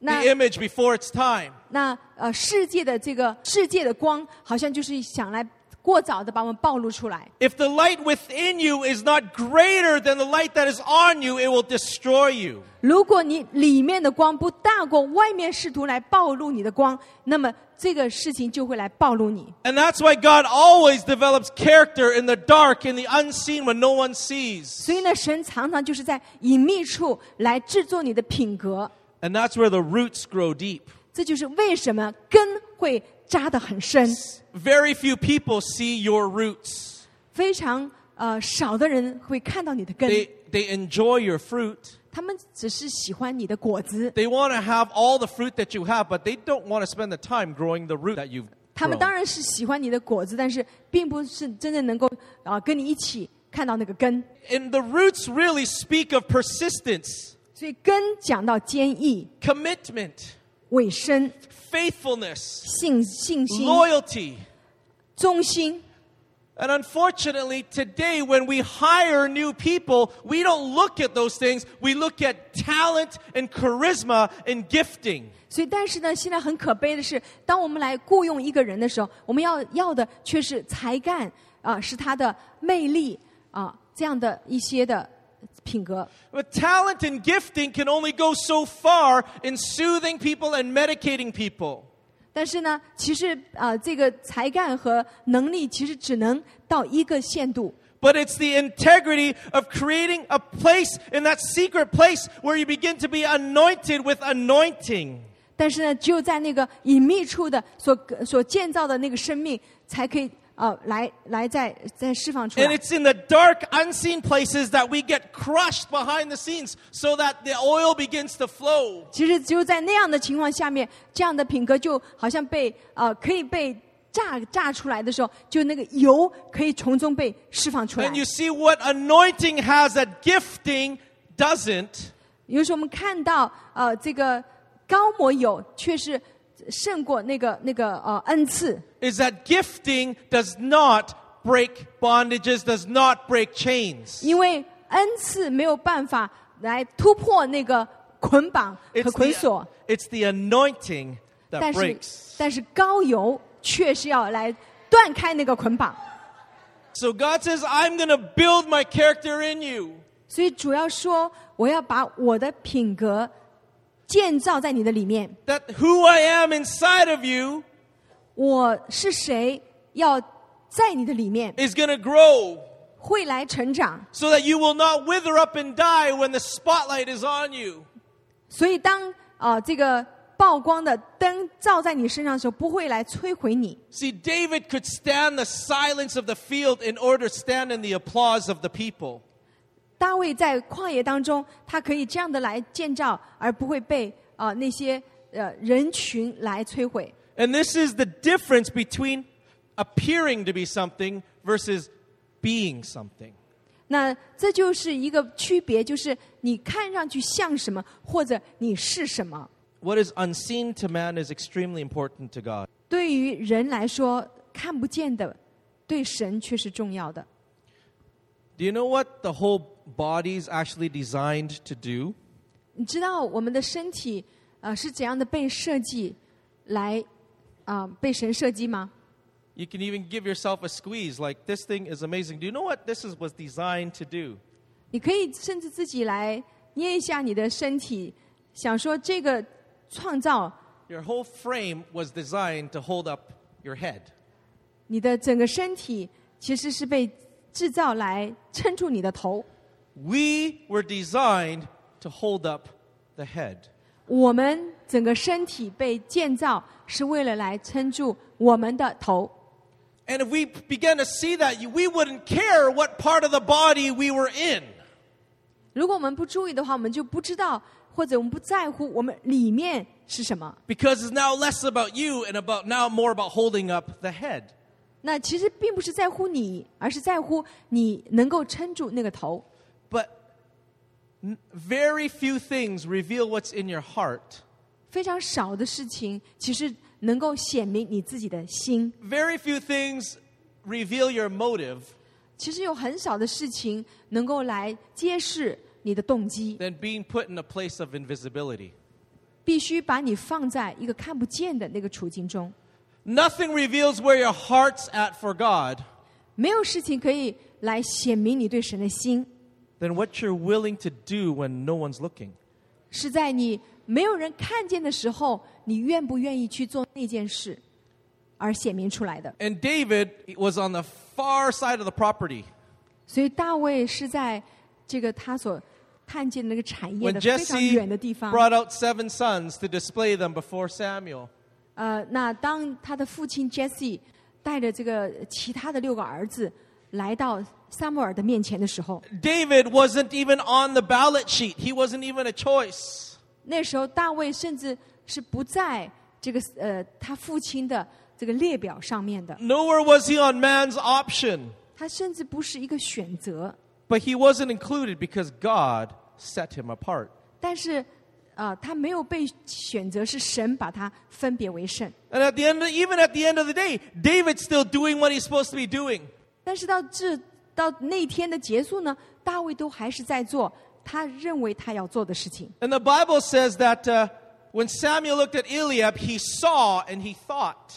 [SPEAKER 2] 那
[SPEAKER 1] the image before its time.
[SPEAKER 2] 那呃，世界的这个世界的光，好像就是想来过早的把我们暴露出来。
[SPEAKER 1] If the light within you is not greater than the light that is on you, it will destroy you.
[SPEAKER 2] 如果你里面的光不大过外面试图来暴露你的光，那么这个事情就会来暴露你。
[SPEAKER 1] And that's why God always develops character in the dark, in the unseen, when no one sees.
[SPEAKER 2] 所以呢，神常常就是在隐秘处来制作你的品格，
[SPEAKER 1] And that's where the roots grow deep.
[SPEAKER 2] 这就是为什么根会扎得很深。
[SPEAKER 1] Very few people see your roots.
[SPEAKER 2] 非常呃少的人会看到你的根，
[SPEAKER 1] They, they enjoy your fruit.
[SPEAKER 2] 他们只是喜欢你的果子，
[SPEAKER 1] They want to have all the fruit that you have, but they don't want to spend the time growing the root that you've
[SPEAKER 2] 他们当
[SPEAKER 1] grown.
[SPEAKER 2] 然是喜欢你的果子，但是并不是真正能够啊、呃跟你一起看到那个根。
[SPEAKER 1] And the roots really speak of persistence,
[SPEAKER 2] 所以根讲到坚毅、
[SPEAKER 1] commitment,
[SPEAKER 2] 委身、
[SPEAKER 1] faithfulness,
[SPEAKER 2] 信信心、
[SPEAKER 1] loyalty.
[SPEAKER 2] 忠心。
[SPEAKER 1] And unfortunately, today, when we hire new people, we don't look at those things. We look at talent and charisma and gifting.
[SPEAKER 2] 所以，但是呢，现在很可悲的是，当我们来雇佣一个人的时候，我们要要的却是才干啊、是他的魅力啊、这样的一些的品格。
[SPEAKER 1] But talent and gifting can only go so far in soothing people and medicating people.
[SPEAKER 2] 但是呢，其实啊、呃这个才干和能力其实只能到一个限度。
[SPEAKER 1] But it's the integrity of creating a place in that secret place where you begin to be anointed with anointing.
[SPEAKER 2] 但是呢，只有在那个隐秘处的所所建造的那个生命，才可以呃来来再再释放出
[SPEAKER 1] And
[SPEAKER 2] 来。
[SPEAKER 1] it's in the dark, unseen places that we get crushed behind the scenes so that the oil begins to flow.
[SPEAKER 2] 其实只有在那样的情况下面，这样的品格就好像被呃可以被炸炸出来的时候，就那个油可以从中被释放出来
[SPEAKER 1] And。you see what anointing has that gifting doesn't.
[SPEAKER 2] 有时候我们看到呃这个高摩油却是胜过那个那个呃恩赐。
[SPEAKER 1] Is that gifting does not break bondages, does not break chains.
[SPEAKER 2] 因为恩赐没有办法来突破那个捆绑和
[SPEAKER 1] It's
[SPEAKER 2] 捆锁
[SPEAKER 1] the,，it's the anointing
[SPEAKER 2] 但
[SPEAKER 1] that
[SPEAKER 2] 是
[SPEAKER 1] breaks.
[SPEAKER 2] 但是高油却是要来断开那个捆绑。
[SPEAKER 1] So God says, I'm going to build my character in you.
[SPEAKER 2] 所以主要说，我要把我的品格建造在你的里面，
[SPEAKER 1] That who I am inside of you
[SPEAKER 2] 我是谁要在你的里面
[SPEAKER 1] is going to grow
[SPEAKER 2] 会来成长。
[SPEAKER 1] so that you will not wither up and die when the spotlight is on you.
[SPEAKER 2] 所以当啊、呃这个曝光的灯照在你身上的时候，不会来摧毁你。
[SPEAKER 1] See, David could stand the silence of the field in order to stand in the applause of the people.
[SPEAKER 2] 大卫在旷野当中，他可以这样的来建造，而不会被啊、呃那些呃人群来摧毁。
[SPEAKER 1] And this is the difference between appearing to be something versus being something.
[SPEAKER 2] 那这就是一个区别，就是你看上去像什么，或者你是什么。
[SPEAKER 1] What is unseen to man is extremely important to God.
[SPEAKER 2] 对于人来说，看不见的，对神却是重要的。
[SPEAKER 1] Do you know what the whole body is actually designed to do?
[SPEAKER 2] 你知道我们的身体呃是怎样的被设计来啊、被神设计吗？
[SPEAKER 1] You can even give yourself a squeeze like this thing is amazing. Do you know what this is, was designed to do?
[SPEAKER 2] 你可以甚至自己来捏一下你的身体，想说这个创造
[SPEAKER 1] Your whole frame was designed to hold up your head.
[SPEAKER 2] 你的整个身体其实是被制造来撑住你的头。
[SPEAKER 1] We were designed to hold up the head.
[SPEAKER 2] 我们整个身体被建造是为了来撑住我们的头。
[SPEAKER 1] And if we began to see that, you- we wouldn't care what part of the body we were in.
[SPEAKER 2] 如果我们不注意的话，我们就不知道或者我们不在乎我们里面是什么。
[SPEAKER 1] Because it's now less about you and about now more about holding up the head.
[SPEAKER 2] 那其实并不是在乎你，而是在乎你能够撑住那个头。
[SPEAKER 1] But n- very few things reveal what's in your heart.
[SPEAKER 2] 非常少的事情，其实能够显明你自己的心。
[SPEAKER 1] Very few things reveal your motive
[SPEAKER 2] 其实有很少的事情能够来揭示你的动机，
[SPEAKER 1] than being put in a place of invisibility.
[SPEAKER 2] 必须把你放在一个看不见的那个处境中。
[SPEAKER 1] Nothing reveals where your heart's at for God
[SPEAKER 2] 没有事情可以来显明你对神的心，
[SPEAKER 1] than what you're willing to do when no one's looking.
[SPEAKER 2] 是在你没有人看见的时候，你愿不愿意去做那件事，而显明出来的。
[SPEAKER 1] And David was on the far side of the property.
[SPEAKER 2] 所以大卫是在这个他所看见的那个产业
[SPEAKER 1] When
[SPEAKER 2] 的非常
[SPEAKER 1] Jesse
[SPEAKER 2] 远的地方。
[SPEAKER 1] brought out seven sons to display them before Samuel,
[SPEAKER 2] 呃，那当他的父亲 Jesse 带着这个其他的六个儿子来到撒母耳的面前的时候，
[SPEAKER 1] David wasn't even on the ballot sheet. He wasn't even a choice.
[SPEAKER 2] 那时候大卫甚至是不在这个呃他父亲的这个列表上面的，
[SPEAKER 1] Nowhere was he on man's option.
[SPEAKER 2] 他甚至不是一个选择，
[SPEAKER 1] But he wasn't included because God set him apart.
[SPEAKER 2] 但是呃他没有被选择，是神把他分别为圣。
[SPEAKER 1] And at the end, even at the end of the day, David's still doing what he's supposed to be doing.
[SPEAKER 2] 但是到这到那天的结束呢，大卫都还是在做他认为他要做的事情。
[SPEAKER 1] And the Bible says that uh, when Samuel looked at Eliab, he saw and he thought.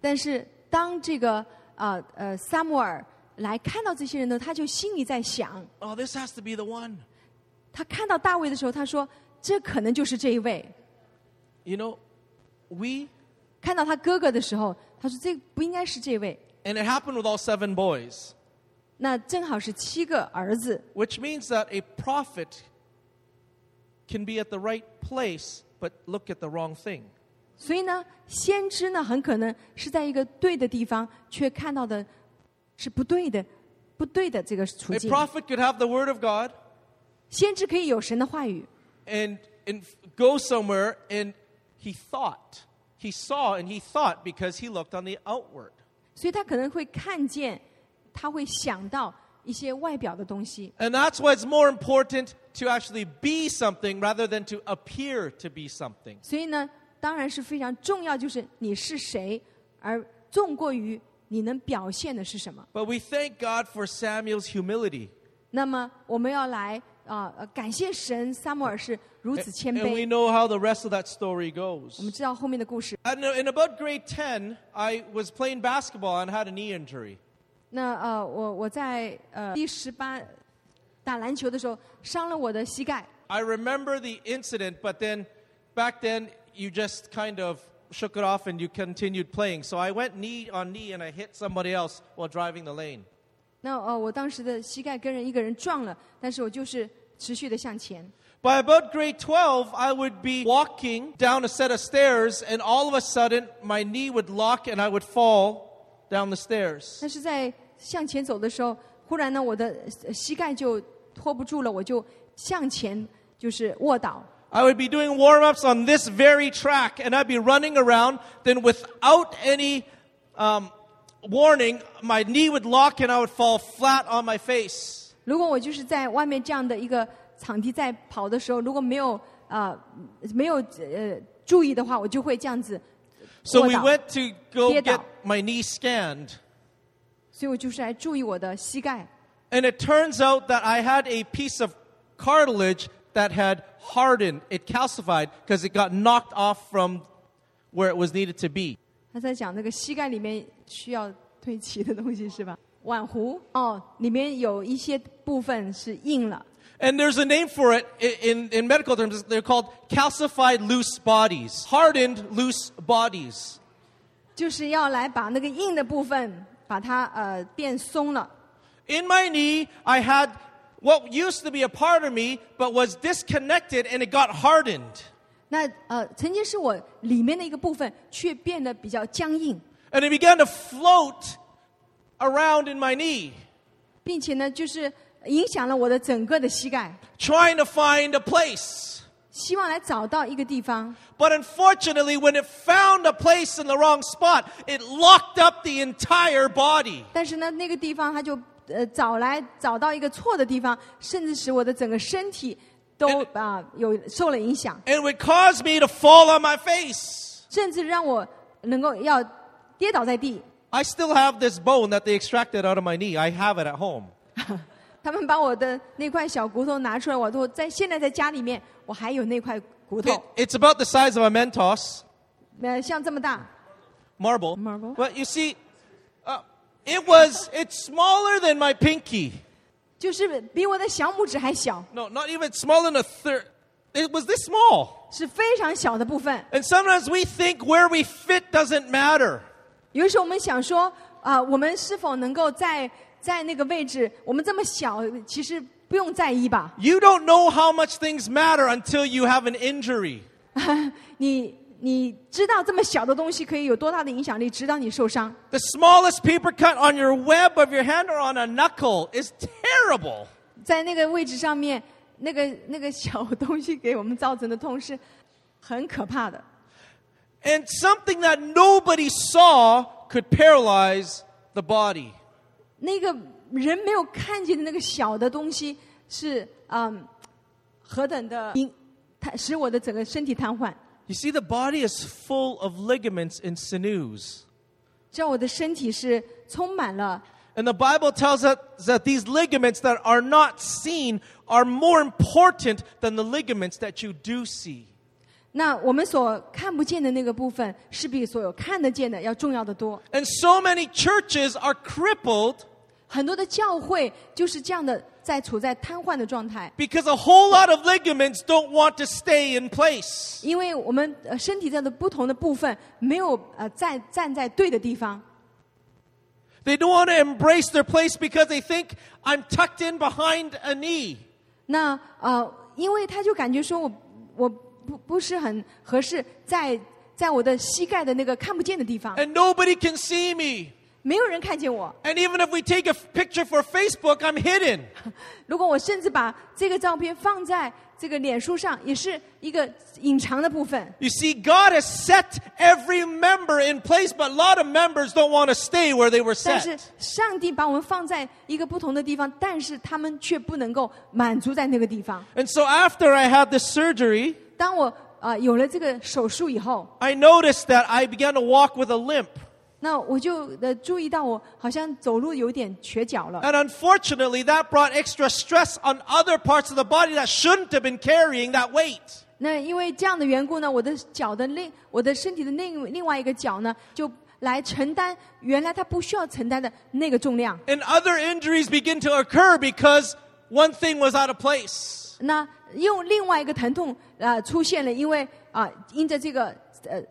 [SPEAKER 2] 但是当这个呃呃萨母尔来看到这些人呢，他就心里在想，
[SPEAKER 1] Oh, this has to be the one.
[SPEAKER 2] 他看到大卫的时候，他说这可能就是这一位；
[SPEAKER 1] You know, we,
[SPEAKER 2] 看到他哥哥的时候，他说这不应该是这位。
[SPEAKER 1] and it happened with all seven boys,
[SPEAKER 2] 那正好是七个儿子，
[SPEAKER 1] which means that a prophet can be at the right place but look at the wrong thing.
[SPEAKER 2] 所以呢，先知呢很可能是在一个对的地方，却看到的是不对的，不对的这个处
[SPEAKER 1] A
[SPEAKER 2] 境。
[SPEAKER 1] prophet could have the word of God
[SPEAKER 2] 先知可以有神的话语，
[SPEAKER 1] and, and f- go somewhere, and he thought. He saw and he thought because he looked on the outward.
[SPEAKER 2] 所以他可能会看见，他会想到一些外表的东西。
[SPEAKER 1] And that's why it's more important to actually be something rather than to appear to be something.
[SPEAKER 2] 所以呢，当然是非常重要，就是你是谁，而重过于你能表现的是什么。
[SPEAKER 1] But we thank God for Samuel's humility.
[SPEAKER 2] 那么我们要来啊、呃感谢神，撒母耳是如此
[SPEAKER 1] And-
[SPEAKER 2] 谦
[SPEAKER 1] and we
[SPEAKER 2] 卑。
[SPEAKER 1] know how the rest of that story
[SPEAKER 2] 我们
[SPEAKER 1] goes.
[SPEAKER 2] 知道后面的故事。
[SPEAKER 1] And Uh, in about grade 10, I was playing basketball and had a knee injury.
[SPEAKER 2] 那呃，我我在呃第十八打篮球的时候伤了我的膝盖。
[SPEAKER 1] I remember the incident, but then back then you just kind of shook it off and you continued playing. So I went knee on knee and I hit somebody else while driving the lane.
[SPEAKER 2] 那呃，我当时的膝盖跟人一个人撞了，但是我就是持续的向前。
[SPEAKER 1] By about grade 12, I would be walking down a set of stairs, and all of a sudden, my knee would lock and I would fall down the stairs.
[SPEAKER 2] 但是在向前走的时候，忽然呢，我的呃膝盖就拖不住了，我就向前就是卧倒。
[SPEAKER 1] I would be doing warm ups on this very track, and I'd be running around. Then, without any um, warning, my knee would lock and I would fall flat on my face.
[SPEAKER 2] 如果我就是在外面这样的一个场地在跑的时候，如果没有呃没有呃注意的话，我就会这样子
[SPEAKER 1] So
[SPEAKER 2] 卧
[SPEAKER 1] we
[SPEAKER 2] 倒。
[SPEAKER 1] went to go
[SPEAKER 2] 跌倒。
[SPEAKER 1] get my knee scanned.
[SPEAKER 2] 所以我就是来注意我的膝盖。
[SPEAKER 1] And it turns out that I had a piece of cartilage that had hardened, it calcified because it got knocked off from where it was needed to be.
[SPEAKER 2] 他在讲那个膝盖里面需要退齐的东西是吧？碗壶哦，里面有一些部分是硬了。
[SPEAKER 1] And there's a name for it i- in, in medical terms. They're called calcified loose bodies, hardened loose bodies.
[SPEAKER 2] 就是要来把那个硬的部分把它呃变松了。
[SPEAKER 1] In my knee, I had what used to be a part of me, but was disconnected and it got hardened.
[SPEAKER 2] 那呃，曾经是我里面的一个部分，却变得比较僵硬，
[SPEAKER 1] And it began to float around in my knee.
[SPEAKER 2] 并且呢，就是影响了我的整个的膝盖，
[SPEAKER 1] trying to find a place.
[SPEAKER 2] 希望来找到一个地方。
[SPEAKER 1] But unfortunately, when it found a place in the wrong spot, it locked up the entire body.
[SPEAKER 2] 但是呢，那个地方它就呃找来找到一个错的地方，甚至使我的整个身体都啊、有受了影响，
[SPEAKER 1] And it would cause me to fall on my face.
[SPEAKER 2] 甚至让我能够要跌倒在地。
[SPEAKER 1] I still have this bone that they extracted out of my knee. I have it at home.
[SPEAKER 2] 他们把我的那块小骨头拿出来，我都在现在在家里面，我还有那块骨
[SPEAKER 1] It-
[SPEAKER 2] 头，
[SPEAKER 1] it's about the size of a Mentos
[SPEAKER 2] 呃，像这么大。
[SPEAKER 1] marble.
[SPEAKER 2] Marble.
[SPEAKER 1] But you see, uh, it was, it's smaller than my pinky.
[SPEAKER 2] 就是比我的小拇指还小，
[SPEAKER 1] No, not even smaller than a third. It was this small.
[SPEAKER 2] 是非常小的部分。
[SPEAKER 1] And sometimes we think where we fit doesn't matter.
[SPEAKER 2] 有时候我们想说，啊、我们是否能够在在那个位置，我们这么小，其实不用在意吧？
[SPEAKER 1] You don't know how much things matter until you have an injury.
[SPEAKER 2] 你你知道这么小的东西可以有多大的影响力，直到你受伤。
[SPEAKER 1] The smallest paper cut on your web of your hand or on a knuckle is terrible.
[SPEAKER 2] 在那个位置上面，那个那个小东西给我们造成的痛是很可怕的。
[SPEAKER 1] And something that nobody saw could paralyze the body.
[SPEAKER 2] 那个人没有看见的那个小的东西是嗯何等的影，它使我的整个身体瘫痪，
[SPEAKER 1] You see, the body is full of ligaments and sinews.
[SPEAKER 2] 让我的身体是充满了。
[SPEAKER 1] And the Bible tells us that these ligaments that are not seen are more important than the ligaments that you do see.
[SPEAKER 2] 那我们所看不见的那个部分，是比所有看得见的要重要的多。
[SPEAKER 1] And so many churches are crippled
[SPEAKER 2] 很多的教会就是这样的，在处在瘫痪的状态，
[SPEAKER 1] because a whole lot of ligaments don't want to stay in place.
[SPEAKER 2] 因为我们呃身体在的不同的部分没有呃站站在对的地方，
[SPEAKER 1] They don't want to embrace their place because they think I'm tucked in behind a knee.
[SPEAKER 2] 那呃，因为他就感觉说我我不不是很合适在在我的膝盖的那个看不见的地方，
[SPEAKER 1] And nobody can see me.
[SPEAKER 2] 没有人看见我。
[SPEAKER 1] And even if we take a f- picture for Facebook, I'm hidden.
[SPEAKER 2] 如果我甚至把这个照片放在这个脸书上，也是一个隐藏的部分。
[SPEAKER 1] You see, God has set every member in place, but a lot of members don't want to stay where they were
[SPEAKER 2] 但是
[SPEAKER 1] set.
[SPEAKER 2] 上帝把我们放在一个不同的地方，但是他们却不能够满足在那个地方。
[SPEAKER 1] And so after I had this surgery,
[SPEAKER 2] 当我呃有了这个手术以后，
[SPEAKER 1] I noticed that I began to walk with a limp.
[SPEAKER 2] 那我就呃注意到我好像走路有点瘸脚了。
[SPEAKER 1] And unfortunately, that brought extra stress on other parts of the body that shouldn't have been carrying that weight.
[SPEAKER 2] 那因为这样的缘故呢，我的脚的另我的身体的另另外一个脚呢，就来承担原来它不需要承担的那个重量。
[SPEAKER 1] And other injuries begin to occur because one thing was out of place.
[SPEAKER 2] 那又另外一个疼痛呃出现了，因为啊、因着这个呃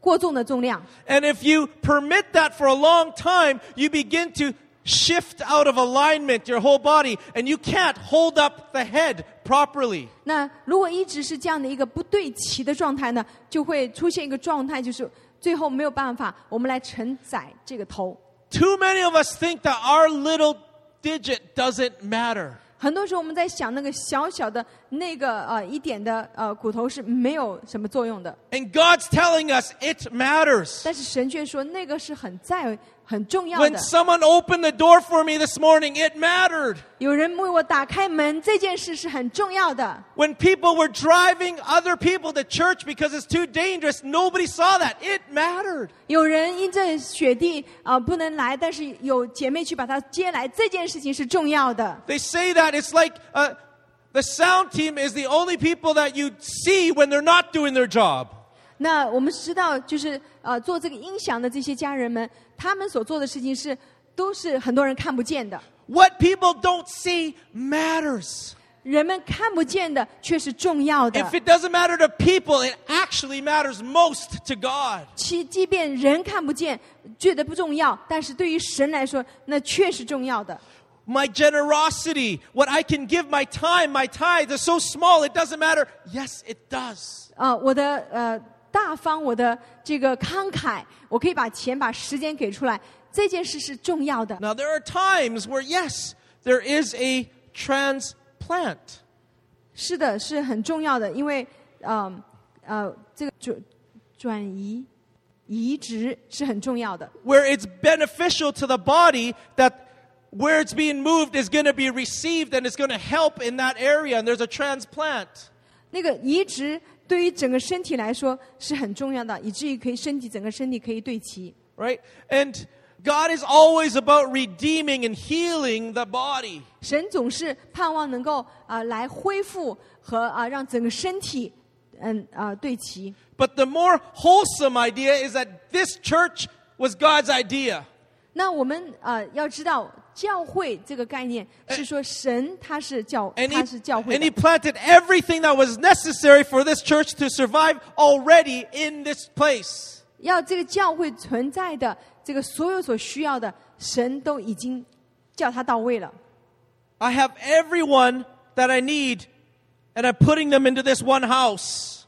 [SPEAKER 2] 过重的重量，
[SPEAKER 1] And if you permit that for a long time, you begin to shift out of alignment your whole body and you can't hold up the head properly.
[SPEAKER 2] 那如果一直是这样的一个不对齐的状态呢，就会出现一个状态，就是最后没有办法，我们来承载这个头。
[SPEAKER 1] Too many of us think that our little digit doesn't matter.
[SPEAKER 2] 很多时候我们在想那个小小的那个呃一点的呃骨头是没有什么作用的。
[SPEAKER 1] And God's telling us it matters.
[SPEAKER 2] 但是神却说那个是很在很重要
[SPEAKER 1] When
[SPEAKER 2] 的。
[SPEAKER 1] someone opened the door for me this morning, it mattered.
[SPEAKER 2] 有人为我打开门这件事是很重要的。
[SPEAKER 1] When people were driving other people to church because it's too dangerous, nobody saw that. It mattered.
[SPEAKER 2] 有人因这雪地啊、不能来，但是有姐妹去把她接来，这件事情是重要的。
[SPEAKER 1] They say that it's like uh, the sound team is the only people that you see when they're not doing their job.
[SPEAKER 2] 那我们知道，就是呃做这个音响的这些家人们，他们所做的事情是都是很多人看不见的，
[SPEAKER 1] What people don't see matters.
[SPEAKER 2] 人们看不见的却是重要的
[SPEAKER 1] If。it doesn't matter to people, it actually matters most to God.
[SPEAKER 2] 其即便人看不见，觉得不重要，但是对于神来说，那却是重要的。
[SPEAKER 1] My generosity, what I can give, my time, my tithe is so small, it doesn't matter. Yes, it does.
[SPEAKER 2] 啊、我的呃大方，我的这个慷慨，我可以把钱、把时间给出来，这件事是重要的。
[SPEAKER 1] Now, there are times where, yes, there is a transplant.
[SPEAKER 2] 是的，是很重要的，因为嗯呃这个转转移移植是很重要的。
[SPEAKER 1] where it's beneficial to the body that where it's being moved is going to be received and it's going to help in that area and there's a transplant
[SPEAKER 2] 那个移植对于整个身体来说是很重要的，以至于可以身体整个身体可以对齐。
[SPEAKER 1] right and god is always about redeeming and healing the body
[SPEAKER 2] 神总是盼望能够啊、呃来恢复和啊、让整个身体嗯啊、对齐。
[SPEAKER 1] but the more wholesome idea is that this church was god's idea
[SPEAKER 2] 那我们呃要知道，教会这个概念是说神他是教
[SPEAKER 1] and
[SPEAKER 2] 他是
[SPEAKER 1] he,
[SPEAKER 2] 教会
[SPEAKER 1] and he
[SPEAKER 2] 的，
[SPEAKER 1] planted everything that was necessary for this church to survive already in this place
[SPEAKER 2] 要这个教会存在的这个所有所需要的，神都已经叫他到位了。
[SPEAKER 1] I have everyone that I need, and I'm putting them into this one house.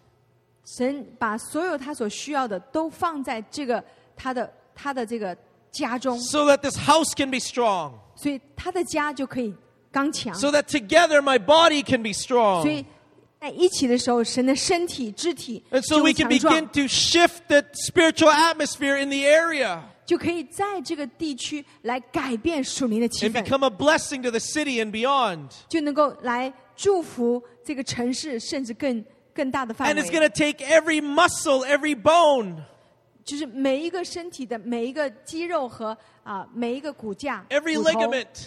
[SPEAKER 2] 神把所有他所需要的都放在这个他的他的这个家中，
[SPEAKER 1] So that this house can be strong.
[SPEAKER 2] 所以他的家就可以刚强。
[SPEAKER 1] So that together my body can be
[SPEAKER 2] 所以
[SPEAKER 1] strong.
[SPEAKER 2] 在一起的时候，神的身体肢体
[SPEAKER 1] And
[SPEAKER 2] 就
[SPEAKER 1] so 呃 we
[SPEAKER 2] 会
[SPEAKER 1] can
[SPEAKER 2] 强壮
[SPEAKER 1] begin，to shift the spiritual atmosphere in the area
[SPEAKER 2] 就可以在这个地区来改变属灵的气
[SPEAKER 1] and
[SPEAKER 2] 氛。
[SPEAKER 1] become a blessing to the city and beyond.
[SPEAKER 2] 就能够来祝福这个城市，甚至更更大的范
[SPEAKER 1] And it's going
[SPEAKER 2] 围。
[SPEAKER 1] to take every muscle, every bone,
[SPEAKER 2] 就是每一个身体的每一个肌肉和啊、每一个骨架、
[SPEAKER 1] every
[SPEAKER 2] 骨头
[SPEAKER 1] ligament,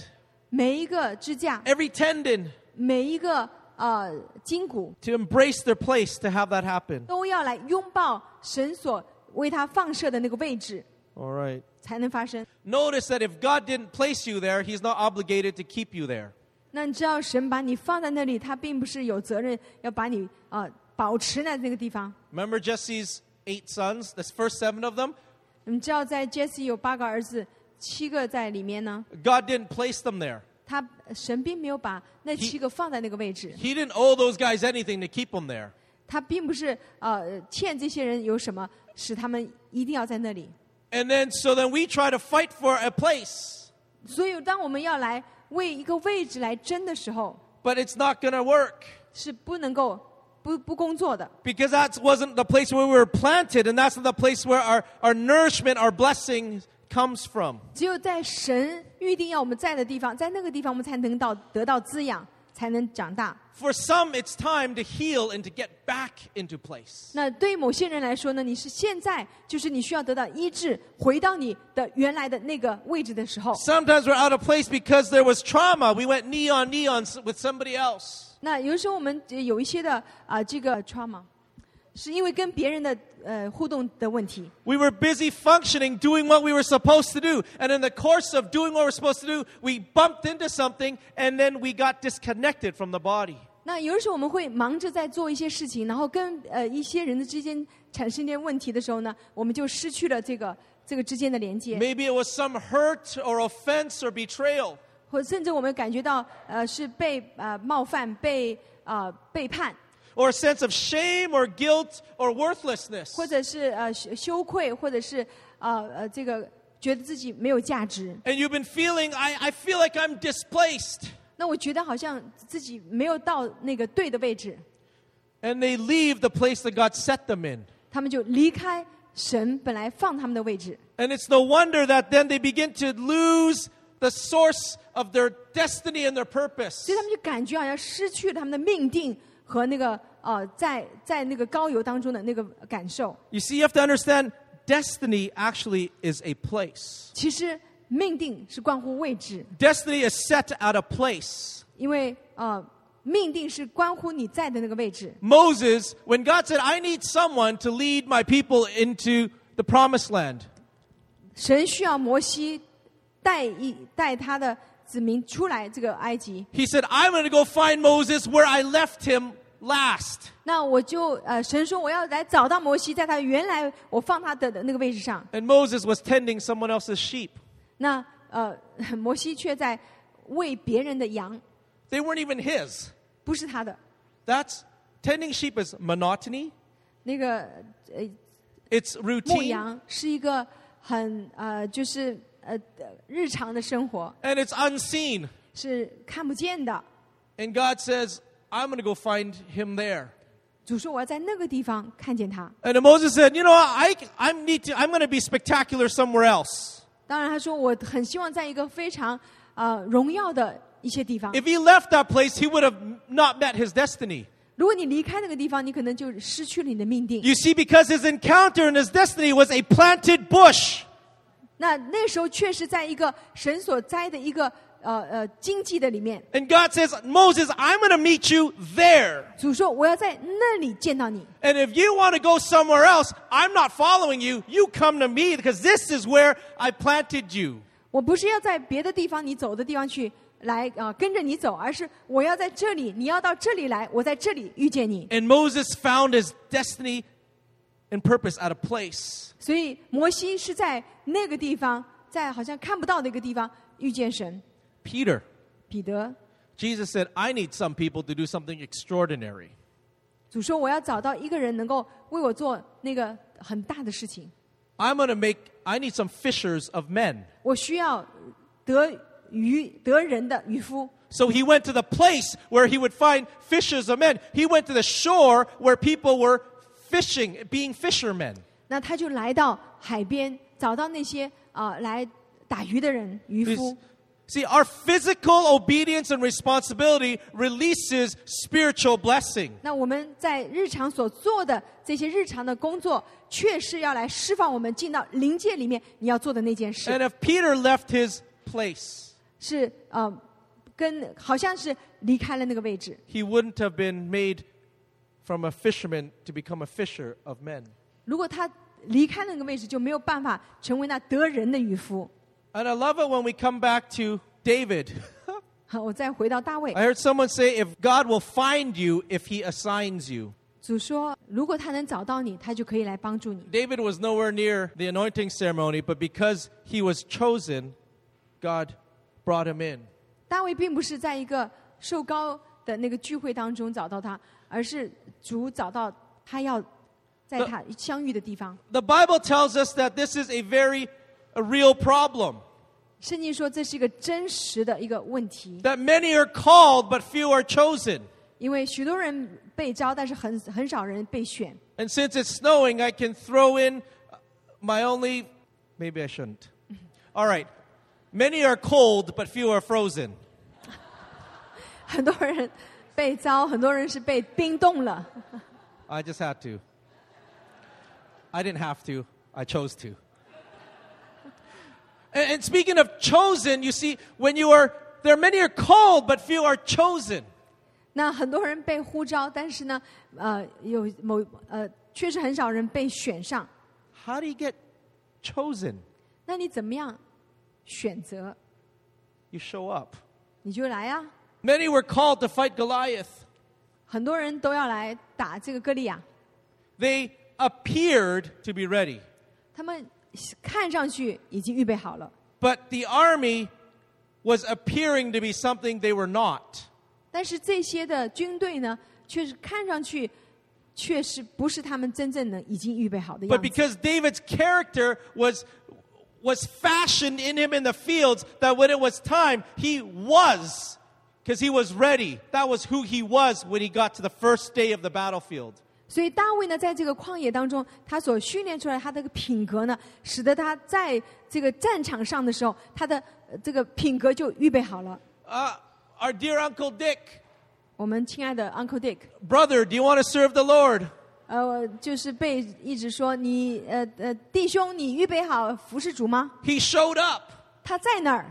[SPEAKER 2] 每一个支架、
[SPEAKER 1] every tendon
[SPEAKER 2] 每一个呃筋骨，
[SPEAKER 1] to embrace their place to have that happen.
[SPEAKER 2] 都要来拥抱神所为他放射的那个位置，
[SPEAKER 1] All right.
[SPEAKER 2] 才能发生。
[SPEAKER 1] Notice that if God didn't place you there, He's not obligated to keep you there.
[SPEAKER 2] 那你知道神把你放在那里，他并不是有责任要把你啊、呃保持在那个地方。
[SPEAKER 1] Remember Jesse's eight sons, the first seven of them?
[SPEAKER 2] 你们知道，在 Jesse 有八个儿子，七个在里面呢。
[SPEAKER 1] God didn't place them there.
[SPEAKER 2] 他神并没有把那七个放在那个位置，
[SPEAKER 1] He didn't owe those guys anything to keep them there.
[SPEAKER 2] 他并不是呃欠这些人有什么使他们一定要在那里。
[SPEAKER 1] And then, so then we try to fight for a place,
[SPEAKER 2] 所以，当我们要来为一个位置来争的时候，
[SPEAKER 1] but it's not going to work
[SPEAKER 2] 是不能够不不工作的，
[SPEAKER 1] because that wasn't the place where we were planted, and that's not the place where our, our nourishment, our blessing comes from.
[SPEAKER 2] 只有在神预定要我们在的地方，在那个地方我们才能到得到滋养，才能长大。
[SPEAKER 1] For some, it's time to heal and to get back into place.
[SPEAKER 2] 那对某些人来说呢，你是现在就是你需要得到医治，回到你的原来的那个位置的时候，
[SPEAKER 1] Sometimes we're out of place because there was trauma. We went knee on knee on s- with somebody else.
[SPEAKER 2] 那有时候我们呃有一些的啊、这个 trauma，是因为跟别人的呃互动的问题。
[SPEAKER 1] We were busy functioning, doing what we were supposed to do. And in the course of doing what we're supposed to do, we bumped into something and then we got disconnected from the body.
[SPEAKER 2] 那有的时候我们会忙着在做一些事情，然后跟呃一些人的之间产生一些问题的时候呢，我们就失去了这个这个之间的连接，
[SPEAKER 1] Maybe it was some hurt or offense or betrayal.
[SPEAKER 2] 或者甚至我们感觉到呃是被呃冒犯、被呃背叛，
[SPEAKER 1] Or a sense of shame or guilt or worthlessness.
[SPEAKER 2] 或者是呃羞羞愧，或者是呃呃这个觉得自己没有价值。
[SPEAKER 1] And you've been feeling, I, I feel like I'm displaced.
[SPEAKER 2] 那我觉得好像自己没有到那个对的位置。
[SPEAKER 1] And they leave the place that God set them in.
[SPEAKER 2] 他们就离开神本来放他们的位置。
[SPEAKER 1] And it's no wonder that then they begin to lose the source of their destiny and their purpose.
[SPEAKER 2] 所以他们就感觉好像失去了他们的命定和那个呃，在在那个高油当中的那个感受。
[SPEAKER 1] You see, you have to understand destiny actually is a place.
[SPEAKER 2] 其实命定是关乎位置，
[SPEAKER 1] Destiny is set at a place.
[SPEAKER 2] 因为呃，命定是关乎你在的那个位置。
[SPEAKER 1] Moses, when God said, I need someone to lead my people into the promised land,
[SPEAKER 2] 神需要摩西带一带他的子民出来这个埃及，
[SPEAKER 1] he said, I'm going to go find Moses where I left him last.
[SPEAKER 2] 那我就呃，神说我要来找到摩西，在他原来我放他的那个位置上。
[SPEAKER 1] And Moses was tending someone else's sheep.
[SPEAKER 2] 那呃， (laughs) 摩西却在为别人的羊。
[SPEAKER 1] They weren't even his.
[SPEAKER 2] 不是他的。
[SPEAKER 1] That's tending sheep is monotony,
[SPEAKER 2] 那个呃，
[SPEAKER 1] it's
[SPEAKER 2] 牧
[SPEAKER 1] routine,
[SPEAKER 2] 羊是一个很呃，就是呃日常的生活
[SPEAKER 1] and it's unseen.
[SPEAKER 2] 是看不见的。
[SPEAKER 1] And God says, I'm going to go find him there.
[SPEAKER 2] 主说我要在那个地方看见他。
[SPEAKER 1] And Moses said, You know, I, I need to, I'm going to be spectacular somewhere else.
[SPEAKER 2] 当然，他说我很希望在一个非常呃荣耀的一些地方。
[SPEAKER 1] If he left that place, he would have not met his destiny.
[SPEAKER 2] 如果你离开那个地方，你可能就失去了你的命定。
[SPEAKER 1] You see, because his encounter and his destiny was a planted bush.
[SPEAKER 2] 那那时候确实在一个神所栽的一个呃呃经济的里面，
[SPEAKER 1] And God says, Moses, I'm going to meet you there.
[SPEAKER 2] 主说我要在那里见到你。
[SPEAKER 1] And if you want to go somewhere else, I'm not following you. You come to me because this is where I planted you.
[SPEAKER 2] 我不是要在别的地方你走的地方去来啊、呃跟着你走，而是我要在这里，你要到这里来，我在这里遇见你。
[SPEAKER 1] And Moses found his destiny and purpose at a place.
[SPEAKER 2] 所以摩西是在那个地方，在好像看不到的一个地方遇见神。
[SPEAKER 1] Peter,
[SPEAKER 2] 彼得
[SPEAKER 1] Jesus said, I need some people to do something extraordinary.
[SPEAKER 2] 主说我要找到一个人能够为我做那个很大的事情，
[SPEAKER 1] I'm going to make, I need some fishers of men.
[SPEAKER 2] 我需要得渔得人的渔夫。
[SPEAKER 1] So he went to the place where he would find fishers of men. He went to the shore where people were fishing, being fishermen.
[SPEAKER 2] 那他就来到海边，找到那些啊、呃来打鱼的人，渔
[SPEAKER 1] Please-
[SPEAKER 2] 夫。
[SPEAKER 1] See, our physical obedience and responsibility releases spiritual blessing.
[SPEAKER 2] 那我们在日常所做的这些日常的工作，确实要来释放我们进到灵界里面你要做的那件事，
[SPEAKER 1] And if Peter left his place,
[SPEAKER 2] 是呃，跟好像是离开了那个位置，
[SPEAKER 1] he wouldn't have been made from a fisherman to become a fisher of men.
[SPEAKER 2] 如果他离开了那个位置，就没有办法成为那得人的渔夫。
[SPEAKER 1] And I love it when we come back to David. (laughs)
[SPEAKER 2] 好，我再回到大卫
[SPEAKER 1] I，heard someone say, if God will find you if he assigns you.
[SPEAKER 2] 主说，如果他能找到你，他就可以来帮助你。
[SPEAKER 1] David was nowhere near the anointing ceremony, but because he was chosen, God brought him in.
[SPEAKER 2] 大卫并不是在一个受高的那个聚会当中找到他，而是主找到他要在
[SPEAKER 1] 那
[SPEAKER 2] 他相遇的地方。
[SPEAKER 1] The Bible tells us that this is a very a real problem.
[SPEAKER 2] 圣经说这是一个真实的一个问题，
[SPEAKER 1] That many are called, but few are chosen.
[SPEAKER 2] 因为许多人被招，但是很很少人被选。
[SPEAKER 1] And since it's snowing, I can throw in my only. Maybe I shouldn't. All right. Many are cold, but few are frozen.
[SPEAKER 2] 很多人被招，很多人是被冰冻了。
[SPEAKER 1] I just had to. I didn't have to, I chose to. And, and speaking of chosen, you see, when you are, there are many are called, but few are chosen.
[SPEAKER 2] 那很多人被呼召，但是呢，呃，有某呃，确实很少人被选上。
[SPEAKER 1] How do you get chosen?
[SPEAKER 2] 那你怎么样选择？
[SPEAKER 1] You show up.
[SPEAKER 2] 你就来啊！
[SPEAKER 1] Many were called to fight Goliath.
[SPEAKER 2] 很多人都要来打这个歌利亚，
[SPEAKER 1] They appeared to be ready,
[SPEAKER 2] 他们看上去已经预备好了，
[SPEAKER 1] but the army was appearing to be something they were not.
[SPEAKER 2] 但是这些的军队呢，确实看上去确实不是他们真正能已经预备好的
[SPEAKER 1] But
[SPEAKER 2] 样子。
[SPEAKER 1] because David's character was was fashioned in him in the fields, that when it was time, he was because he was ready. That was who he was when he got to the first day of the battlefield.
[SPEAKER 2] 所以大卫呢，在这个旷野当中，他所训练出来他的品格呢，使得他在这个战场上的时候，他的呃这个品格就预备好了。
[SPEAKER 1] Uh, our dear Uncle Dick,
[SPEAKER 2] 我们亲爱的 Uncle Dick，
[SPEAKER 1] brother, do you want to serve the Lord?
[SPEAKER 2] 呃，就是被一直说你呃呃弟兄，你预备好服侍主吗？
[SPEAKER 1] He showed up.
[SPEAKER 2] 他在那儿。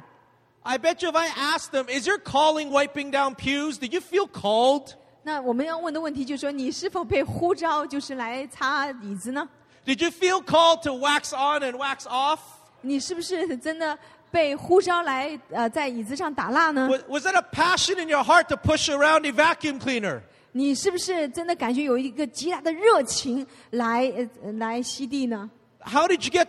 [SPEAKER 1] I bet you if I asked them, is your calling wiping down pews? Do you feel called?
[SPEAKER 2] 那我们要问的问题就是说，你是否被呼召，就是来擦椅子呢？
[SPEAKER 1] Did you feel called to wax on and wax off?
[SPEAKER 2] 你是不是真的被呼召来呃在椅子上打蜡呢？
[SPEAKER 1] Was, was that a passion in your heart to push around a vacuum cleaner?
[SPEAKER 2] 你是不是真的感觉有一个极大的热情来呃呃来吸地呢？
[SPEAKER 1] How did you get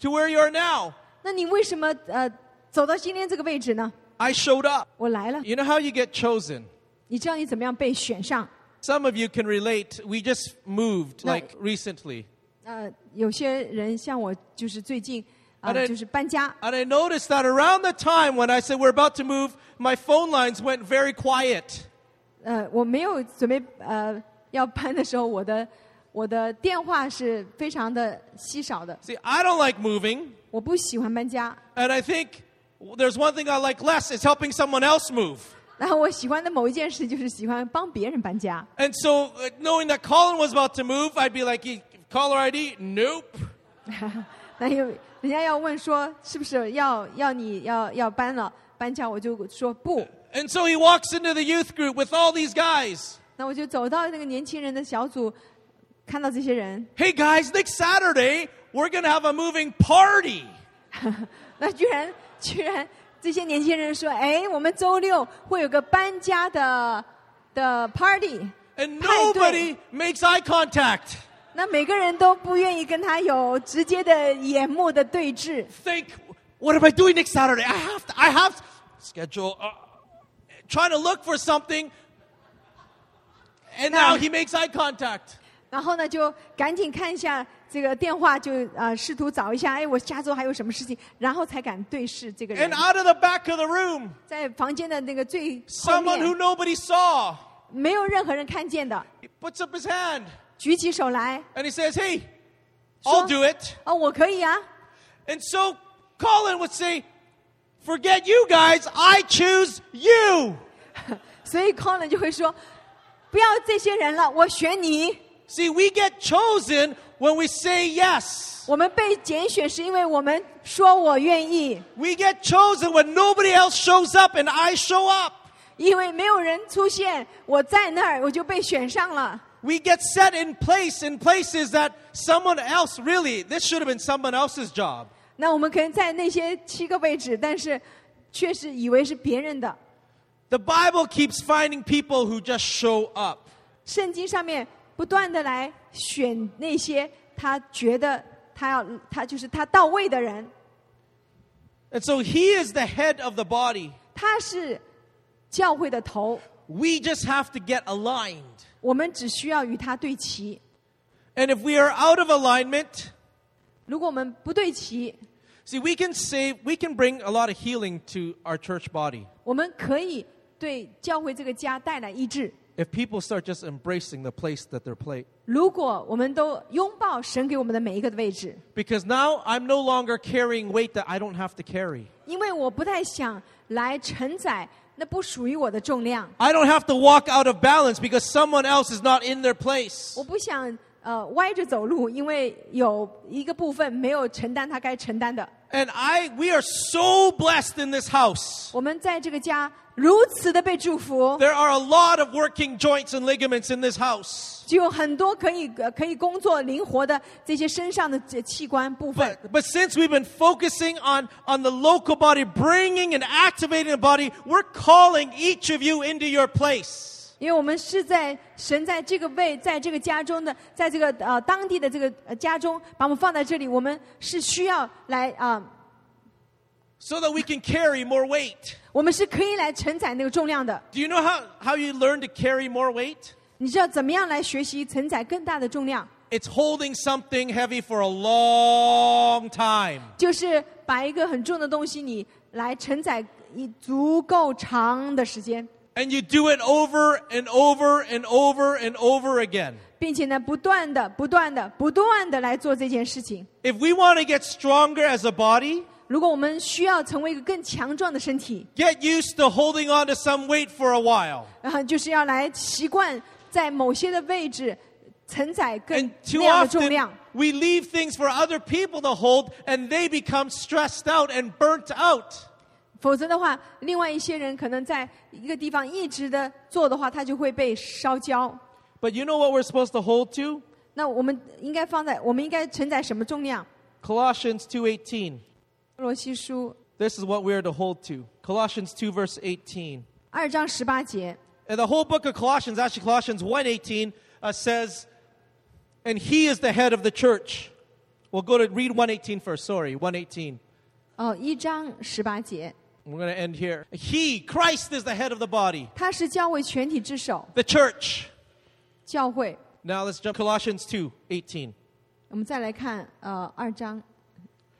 [SPEAKER 1] to where you are now?
[SPEAKER 2] 那你为什么呃走到今天这个位置呢？
[SPEAKER 1] I showed up.
[SPEAKER 2] 我来了，
[SPEAKER 1] You know how you get chosen?
[SPEAKER 2] 你知道你怎么样被选上？
[SPEAKER 1] Some of you can relate. We just moved
[SPEAKER 2] No.
[SPEAKER 1] like recently.
[SPEAKER 2] 呃，有些人像我，就是最近啊、
[SPEAKER 1] 对
[SPEAKER 2] 就是搬家。
[SPEAKER 1] And I noticed that around the time when I said we're about to move, my phone lines went very quiet.
[SPEAKER 2] 呃，我没有准备呃要搬的时候，我的我的电话是非常的稀少的。
[SPEAKER 1] See, I don't like moving,
[SPEAKER 2] 我不喜欢搬家，
[SPEAKER 1] and I think there's one thing I like less is helping someone else move.
[SPEAKER 2] 然后我喜欢的某一件事就是喜欢帮别人搬家。
[SPEAKER 1] And so, uh, knowing that Colin was about to move, I'd be like, "E- caller ID? Nope.
[SPEAKER 2] 那有人家要问说是不是要要你要要搬了搬家，我就说不。
[SPEAKER 1] And so he walks into the youth group with all these guys.
[SPEAKER 2] 那我就走到那个年轻人的小组，看到这些人，
[SPEAKER 1] Hey guys, next Saturday, we're going to have a moving party.
[SPEAKER 2] 那居然居然这些年轻人说：“哎，我们周六会有个搬家的的 party。”
[SPEAKER 1] And
[SPEAKER 2] 派对。
[SPEAKER 1] nobody makes eye contact.
[SPEAKER 2] 那每个人都不愿意跟他有直接的眼目的对峙。
[SPEAKER 1] Think, what am I doing next Saturday? I have to, I have to schedule, uh, trying to look for something. And now
[SPEAKER 2] Now-
[SPEAKER 1] he makes eye contact.
[SPEAKER 2] 然后呢，就赶紧看一下这个电话，就呃试图找一下，哎，我下周还有什么事情，然后才敢对视这个
[SPEAKER 1] And
[SPEAKER 2] 人。
[SPEAKER 1] out of the back of the room,
[SPEAKER 2] 在房间的那个最后
[SPEAKER 1] someone who
[SPEAKER 2] 面，
[SPEAKER 1] nobody saw
[SPEAKER 2] 没有任何人看见的，
[SPEAKER 1] he puts up his hand
[SPEAKER 2] 举起手来，
[SPEAKER 1] and he says, Hey, I'll
[SPEAKER 2] Sure.
[SPEAKER 1] do it.
[SPEAKER 2] 哦，我可以啊。
[SPEAKER 1] And so Colin would say, Forget you guys, I choose you.
[SPEAKER 2] 所以 Colin 就会说，不要这些人了，我选你。
[SPEAKER 1] See, we get chosen when we say yes.
[SPEAKER 2] 我们被拣选是因为我们说我愿意，
[SPEAKER 1] We get chosen when nobody else shows up and I show up.
[SPEAKER 2] 因为没有人出现，我在那儿我就被选上了。
[SPEAKER 1] We get set in place in places that someone else really, this should have been someone else's job.
[SPEAKER 2] 那我们可能在那些七个位置，但是确实以为是别人的。
[SPEAKER 1] The Bible keeps finding people who just show up.
[SPEAKER 2] 圣经上面不断的来选那些他觉得他要他就是他到位的人，
[SPEAKER 1] And so he is the head of the body.
[SPEAKER 2] 他是教会的头，
[SPEAKER 1] We just have to get aligned.
[SPEAKER 2] 我们只需要与他对齐。
[SPEAKER 1] And if we are out of alignment,
[SPEAKER 2] 如果我们不对齐，
[SPEAKER 1] see, we can save, we can bring a lot of healing to our church body
[SPEAKER 2] 我们可以对教会这个家带来医治。
[SPEAKER 1] if people start just embracing the place that they're playing.
[SPEAKER 2] 如果我们都拥抱神给我们的每一个位置，
[SPEAKER 1] Because now I'm no longer carrying weight that I don't have to carry.
[SPEAKER 2] 因为我不太想来承载那不属于我的重量，
[SPEAKER 1] I don't have to walk out of balance because someone else is not in their place.
[SPEAKER 2] 我不想呃歪着走路，因为有一个部分没有承担他该承担的。
[SPEAKER 1] And I we are so blessed in this house.
[SPEAKER 2] 我们在这个家如此的被祝福，
[SPEAKER 1] There are a lot of working joints and ligaments in this house.
[SPEAKER 2] 只有很多可以呃可以工作灵活的这些身上的这器官部分。
[SPEAKER 1] But but since we've been focusing on on the local body bringing and activating the body, we're calling each of you into your place.
[SPEAKER 2] 因为我们是在神在这个位，在这个家中的，在这个呃当地的这个呃家中，把我们放在这里，我们是需要来啊、
[SPEAKER 1] So that we can carry more weight.
[SPEAKER 2] 我们是可以来承载那个重量的。
[SPEAKER 1] Do you know how, how you learn to carry more weight?
[SPEAKER 2] 你知道怎么样来学习承载更大的重量？
[SPEAKER 1] It's holding something heavy for a long time.
[SPEAKER 2] 就是把一个很重的东西，你来承载一足够长的时间，
[SPEAKER 1] And you do it over and over and over and over again.
[SPEAKER 2] 并且呢，不断的、不断的、不断的来做这件事情。
[SPEAKER 1] If we want to get stronger as a body,
[SPEAKER 2] 如果我们需要成为一个更强壮的身体，
[SPEAKER 1] get used to holding on to some weight for a while
[SPEAKER 2] 然后啊就是要来习惯在某些的位置承载更
[SPEAKER 1] and
[SPEAKER 2] 那
[SPEAKER 1] too
[SPEAKER 2] 样的重
[SPEAKER 1] often
[SPEAKER 2] 量。
[SPEAKER 1] we leave things for other people to hold and they become stressed out and burnt out
[SPEAKER 2] 否则的话，另外一些人可能在一个地方一直的做的话，他就会被烧焦。
[SPEAKER 1] but you know what we're supposed to hold to
[SPEAKER 2] 那我们应该放在，我们应该承载什么重量？
[SPEAKER 1] colossians 2.18
[SPEAKER 2] 罗西书
[SPEAKER 1] this is what we're to hold to colossians 2 verse 18
[SPEAKER 2] 二章十八节，
[SPEAKER 1] and the whole book of colossians actually colossians 1.18 uh, says and he is the head of the church we'll go to read 1.18 first sorry 1.18
[SPEAKER 2] 哦，一章十八节，
[SPEAKER 1] we're going to end here he christ is the head of the body
[SPEAKER 2] 他是教会全体之首，
[SPEAKER 1] the church
[SPEAKER 2] 教会。
[SPEAKER 1] Now let's jump Colossians 2 18.
[SPEAKER 2] 我们再来看呃二章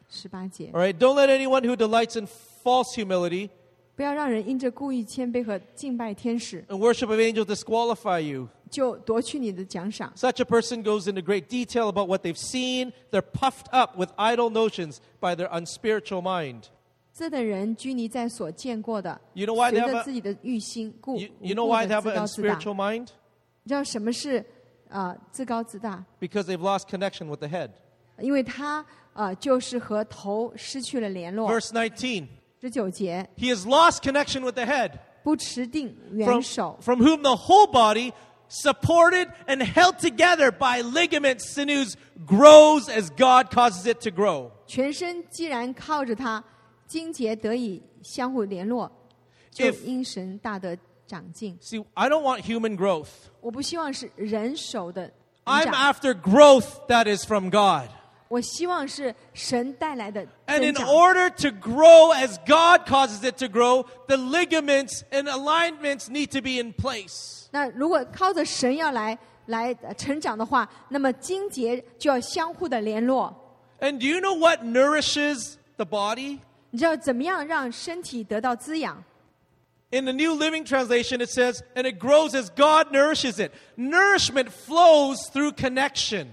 [SPEAKER 2] 十八节
[SPEAKER 1] All，right, don't let anyone who delights in false humility
[SPEAKER 2] 不要让人因着故意谦卑和敬拜天使，
[SPEAKER 1] and worship of angels disqualify you.
[SPEAKER 2] 就夺去你的奖赏。
[SPEAKER 1] Such a person goes into great detail about what they've seen. They're puffed up with idle notions by their unspiritual mind.
[SPEAKER 2] 这等人拘泥在所见过的，
[SPEAKER 1] You know why they
[SPEAKER 2] 随
[SPEAKER 1] have
[SPEAKER 2] 着
[SPEAKER 1] a-
[SPEAKER 2] 自己的欲心，故
[SPEAKER 1] You,
[SPEAKER 2] 无
[SPEAKER 1] you know
[SPEAKER 2] 故
[SPEAKER 1] why
[SPEAKER 2] 地
[SPEAKER 1] they have
[SPEAKER 2] 自
[SPEAKER 1] an
[SPEAKER 2] 高自大
[SPEAKER 1] unspiritual。mind?
[SPEAKER 2] 你知道什么是呃自高自大？
[SPEAKER 1] Because they've lost connection with the head.
[SPEAKER 2] 因为他呃就是和头失去了联络。
[SPEAKER 1] Verse 19
[SPEAKER 2] 十九节，
[SPEAKER 1] He has lost connection with the head,
[SPEAKER 2] 不持定
[SPEAKER 1] from,
[SPEAKER 2] 元首，
[SPEAKER 1] from whom the whole body, supported and held together by ligaments, sinews, grows as God causes it to grow.
[SPEAKER 2] 全身既然靠着他，经节得以相互联络，就
[SPEAKER 1] If-
[SPEAKER 2] 因神大得长进。
[SPEAKER 1] See, I don't want human growth.
[SPEAKER 2] 我不希望是人手的成
[SPEAKER 1] I'm
[SPEAKER 2] 长，
[SPEAKER 1] after growth that is from God.
[SPEAKER 2] 我希望是神带来的
[SPEAKER 1] And
[SPEAKER 2] 增
[SPEAKER 1] in
[SPEAKER 2] 长。
[SPEAKER 1] order to grow as God causes it to grow, the ligaments and alignments need to be in place.
[SPEAKER 2] 那如果靠着神要来来呃成长的话，那么经节就要相互的联络。
[SPEAKER 1] And do you know what nourishes the body?
[SPEAKER 2] 你知道怎么样让身体得到滋养？
[SPEAKER 1] In the New Living Translation, it says, and it grows as God nourishes it. Nourishment flows through connection.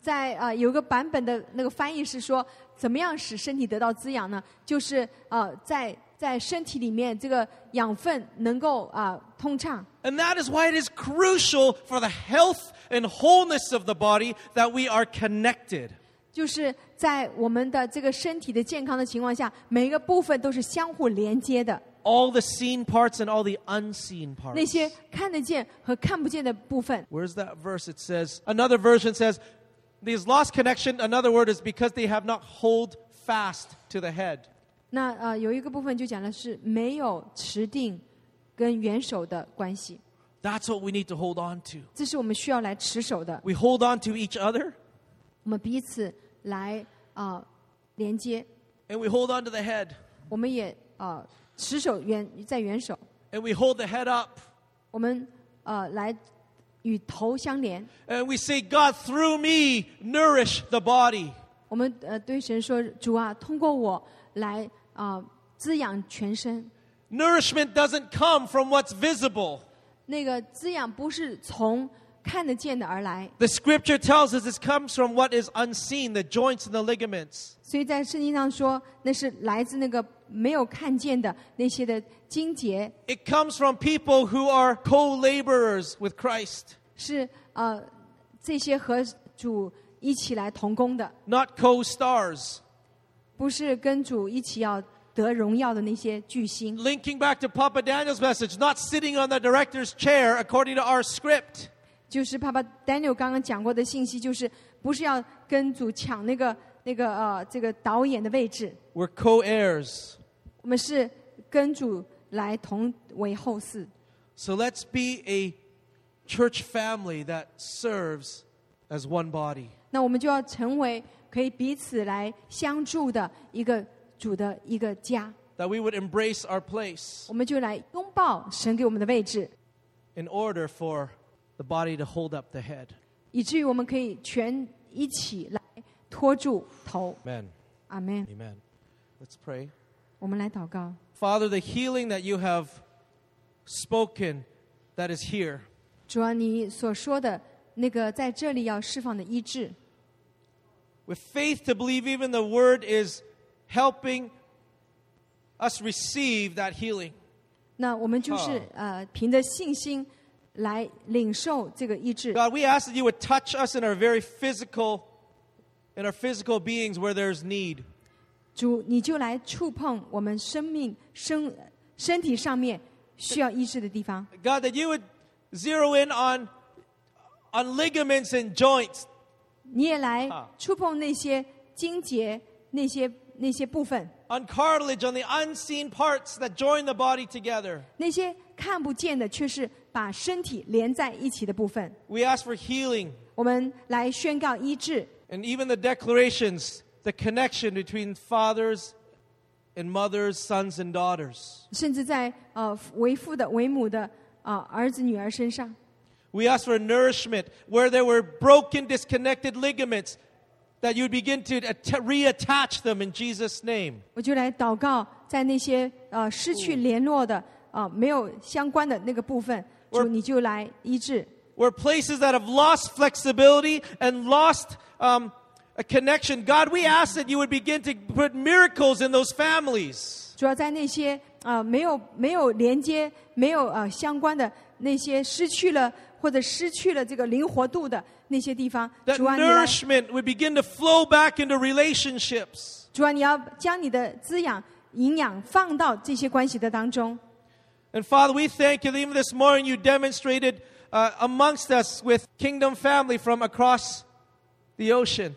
[SPEAKER 2] 在啊、呃有个版本的那个翻译是说，怎么样使身体得到滋养呢？就是呃，在在身体里面这个养分能够啊、呃通畅，
[SPEAKER 1] And that is why it is crucial for the health and wholeness of the body that we are connected.
[SPEAKER 2] 就是在我们的这个身体的健康的情况下，每一个部分都是相互连接的。
[SPEAKER 1] All the seen parts and all the unseen
[SPEAKER 2] 那
[SPEAKER 1] parts.
[SPEAKER 2] 些看得见和看不见的部分，
[SPEAKER 1] Where's that verse? It says, another version says, these lost connection, another word is because they have not hold fast to the head.
[SPEAKER 2] 那呃有一个部分就讲的是没有持定跟元首的关系，
[SPEAKER 1] That's what we need to hold on to.
[SPEAKER 2] 这是我们需要来持守的。
[SPEAKER 1] We hold on to each other
[SPEAKER 2] 我们彼此来啊、呃连接，
[SPEAKER 1] and we hold on to the head
[SPEAKER 2] 我们也啊、呃持守元在元首，
[SPEAKER 1] and we hold the head up
[SPEAKER 2] 我们呃来与头相连。
[SPEAKER 1] and we say, God, through me, nourish the body.
[SPEAKER 2] 我们呃对神说：“主啊，通过我来啊、呃滋养全身。
[SPEAKER 1] Nourishment doesn't come from what's visible.
[SPEAKER 2] 那个滋养不是从看得见的而来，
[SPEAKER 1] The scripture tells us this comes from what is unseen, the joints and the ligaments.
[SPEAKER 2] 所以在圣经上说那是来自那个没有看见的那些的经节，
[SPEAKER 1] It comes from people who are co laborers with Christ,
[SPEAKER 2] 是呃这些和主一起来同工的，
[SPEAKER 1] not co stars.
[SPEAKER 2] 不是跟主一起要得荣耀的那些巨星。
[SPEAKER 1] Linking back to Papa Daniel's message, not sitting on the director's chair according to our script.
[SPEAKER 2] 就是爸爸 Daniel 刚刚讲过的信息，就是不是要跟主抢那个那个呃这个导演的位置，
[SPEAKER 1] We're co heirs.
[SPEAKER 2] 我们是跟主来同为后嗣。
[SPEAKER 1] So let's be a church family that serves as one body.
[SPEAKER 2] 那我们就要成为可以彼此来相助的一个主的一个家，
[SPEAKER 1] That we would embrace our place
[SPEAKER 2] 我们就来拥抱神给我们的位置，
[SPEAKER 1] in order for the body to hold up the head.
[SPEAKER 2] 以至于我们可以全一起来托住头。
[SPEAKER 1] Amen.
[SPEAKER 2] 阿门。
[SPEAKER 1] Amen. Let's pray.
[SPEAKER 2] 我们来祷告，
[SPEAKER 1] Father, the healing that you have spoken that is here,
[SPEAKER 2] 主啊，你所说的那个在这里要释放的医治。
[SPEAKER 1] with faith to believe even the word is helping us receive that healing.
[SPEAKER 2] 那我们就是
[SPEAKER 1] 好
[SPEAKER 2] 呃，凭着信心来领受这个医治。
[SPEAKER 1] God, we ask that you would touch us in our very physical in our physical beings where there's need.
[SPEAKER 2] 主，你就来触碰我们生命生身体上面需要医治的地方。
[SPEAKER 1] God, that you would zero in on on ligaments and joints
[SPEAKER 2] 你也来
[SPEAKER 1] 好
[SPEAKER 2] 触碰那些精节、那些那些部分，
[SPEAKER 1] on cartilage, on the unseen parts that join the body together.
[SPEAKER 2] 那些看不见的，却是把身体连在一起的部分。
[SPEAKER 1] We ask for healing.
[SPEAKER 2] 我们来宣告医治。
[SPEAKER 1] And even the declarations, the connection between fathers and mothers, sons and daughters.
[SPEAKER 2] 甚至在呃为父的、为母的啊、呃儿子、女儿身上，
[SPEAKER 1] We ask for nourishment where there were broken, disconnected ligaments that you would begin to atta- reattach them in Jesus' name.
[SPEAKER 2] 我就来祷告，在那些呃失去联络的啊、呃没有相关的那个部分，
[SPEAKER 1] 我
[SPEAKER 2] 主你就来医治。
[SPEAKER 1] Where places that have lost flexibility and lost um, a connection, God, we ask that you would begin to put miracles in those families.
[SPEAKER 2] 主要在那些啊、呃没有没有连接、没有呃相关的那些失去了或者失去了这个灵活度的那些地方，
[SPEAKER 1] That
[SPEAKER 2] 主啊，你来，
[SPEAKER 1] nourishment would begin to flow back into relationships.
[SPEAKER 2] 主啊，你要将你的滋养、营养放到这些关系的当中。
[SPEAKER 1] And Father, we thank you that even this morning you demonstrated uh, amongst us with kingdom family from across the ocean.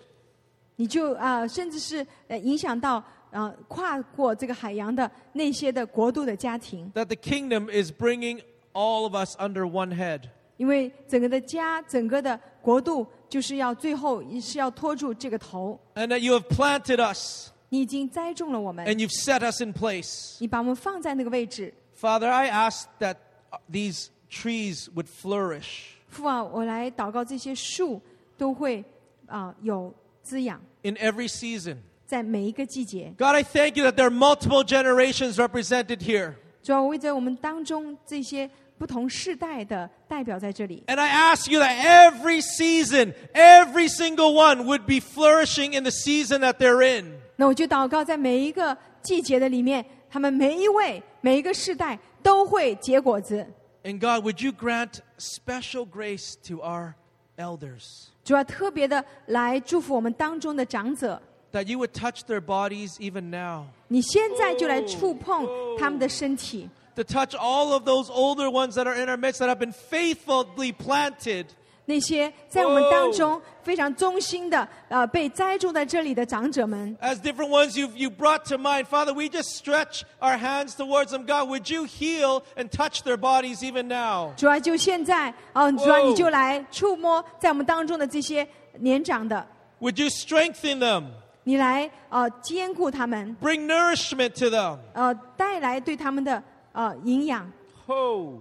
[SPEAKER 2] 你就啊、呃甚至是呃影响到啊、呃跨过这个海洋的那些的国度的家庭，
[SPEAKER 1] that the kingdom is bringing all of us under one head.
[SPEAKER 2] 因为整个的家、整个的国度就是要最后是要托住这个头。
[SPEAKER 1] And that you have planted us
[SPEAKER 2] 你已经栽种了我们，
[SPEAKER 1] and you've set us in place.
[SPEAKER 2] 你把我们放在那个位置。
[SPEAKER 1] Father, I ask that uh, these trees would flourish
[SPEAKER 2] 父啊，我来祷告，这些树都会啊、有滋养，
[SPEAKER 1] in every season.
[SPEAKER 2] 在每一个季节。
[SPEAKER 1] God, I thank you that there are multiple generations represented here.
[SPEAKER 2] 主要为着我们当中这些不同世代的代表在这里，
[SPEAKER 1] And I ask you that every season, every single one would be flourishing in the season that they're in.
[SPEAKER 2] 那我就祷告，在每一个季节的里面，他们每一位、每一个世代都会结果子。
[SPEAKER 1] And God, would you grant special grace to our elders?
[SPEAKER 2] 主要特别的来祝福我们当中的长者，
[SPEAKER 1] That you would touch their bodies even now.
[SPEAKER 2] 你现在就来触碰他们的身体，
[SPEAKER 1] to touch all of those older ones that are in our midst that have been faithfully planted.
[SPEAKER 2] 那些在我们当中非常忠心的呃被栽种在这里的长者们。
[SPEAKER 1] As different ones you've you brought to mind, Father, we just stretch our hands towards them. God, would you heal and touch their bodies even now?
[SPEAKER 2] 主啊，就现在，哦，主啊，你就来触摸在我们当中的这些年长的，
[SPEAKER 1] Would you strengthen them?
[SPEAKER 2] 你来呃兼顾他们，
[SPEAKER 1] Bring nourishment to them.
[SPEAKER 2] 呃带来对他们的呃营养。
[SPEAKER 1] Oh,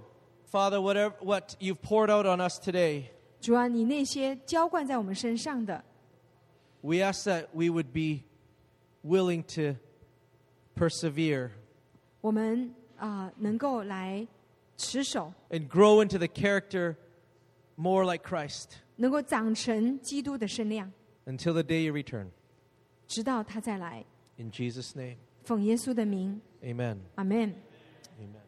[SPEAKER 1] Father, whatever what you've poured out on us today,
[SPEAKER 2] 主啊，你那些浇灌在我们身上的，
[SPEAKER 1] we ask that we would be willing to persevere
[SPEAKER 2] 我们啊、呃能够来持守，
[SPEAKER 1] and grow into the character more like Christ
[SPEAKER 2] 能够长成基督的身量，
[SPEAKER 1] until the day you return.
[SPEAKER 2] 直到他再来。
[SPEAKER 1] In Jesus' name,
[SPEAKER 2] 奉耶稣的名，
[SPEAKER 1] amen.
[SPEAKER 2] 阿门。
[SPEAKER 1] Amen.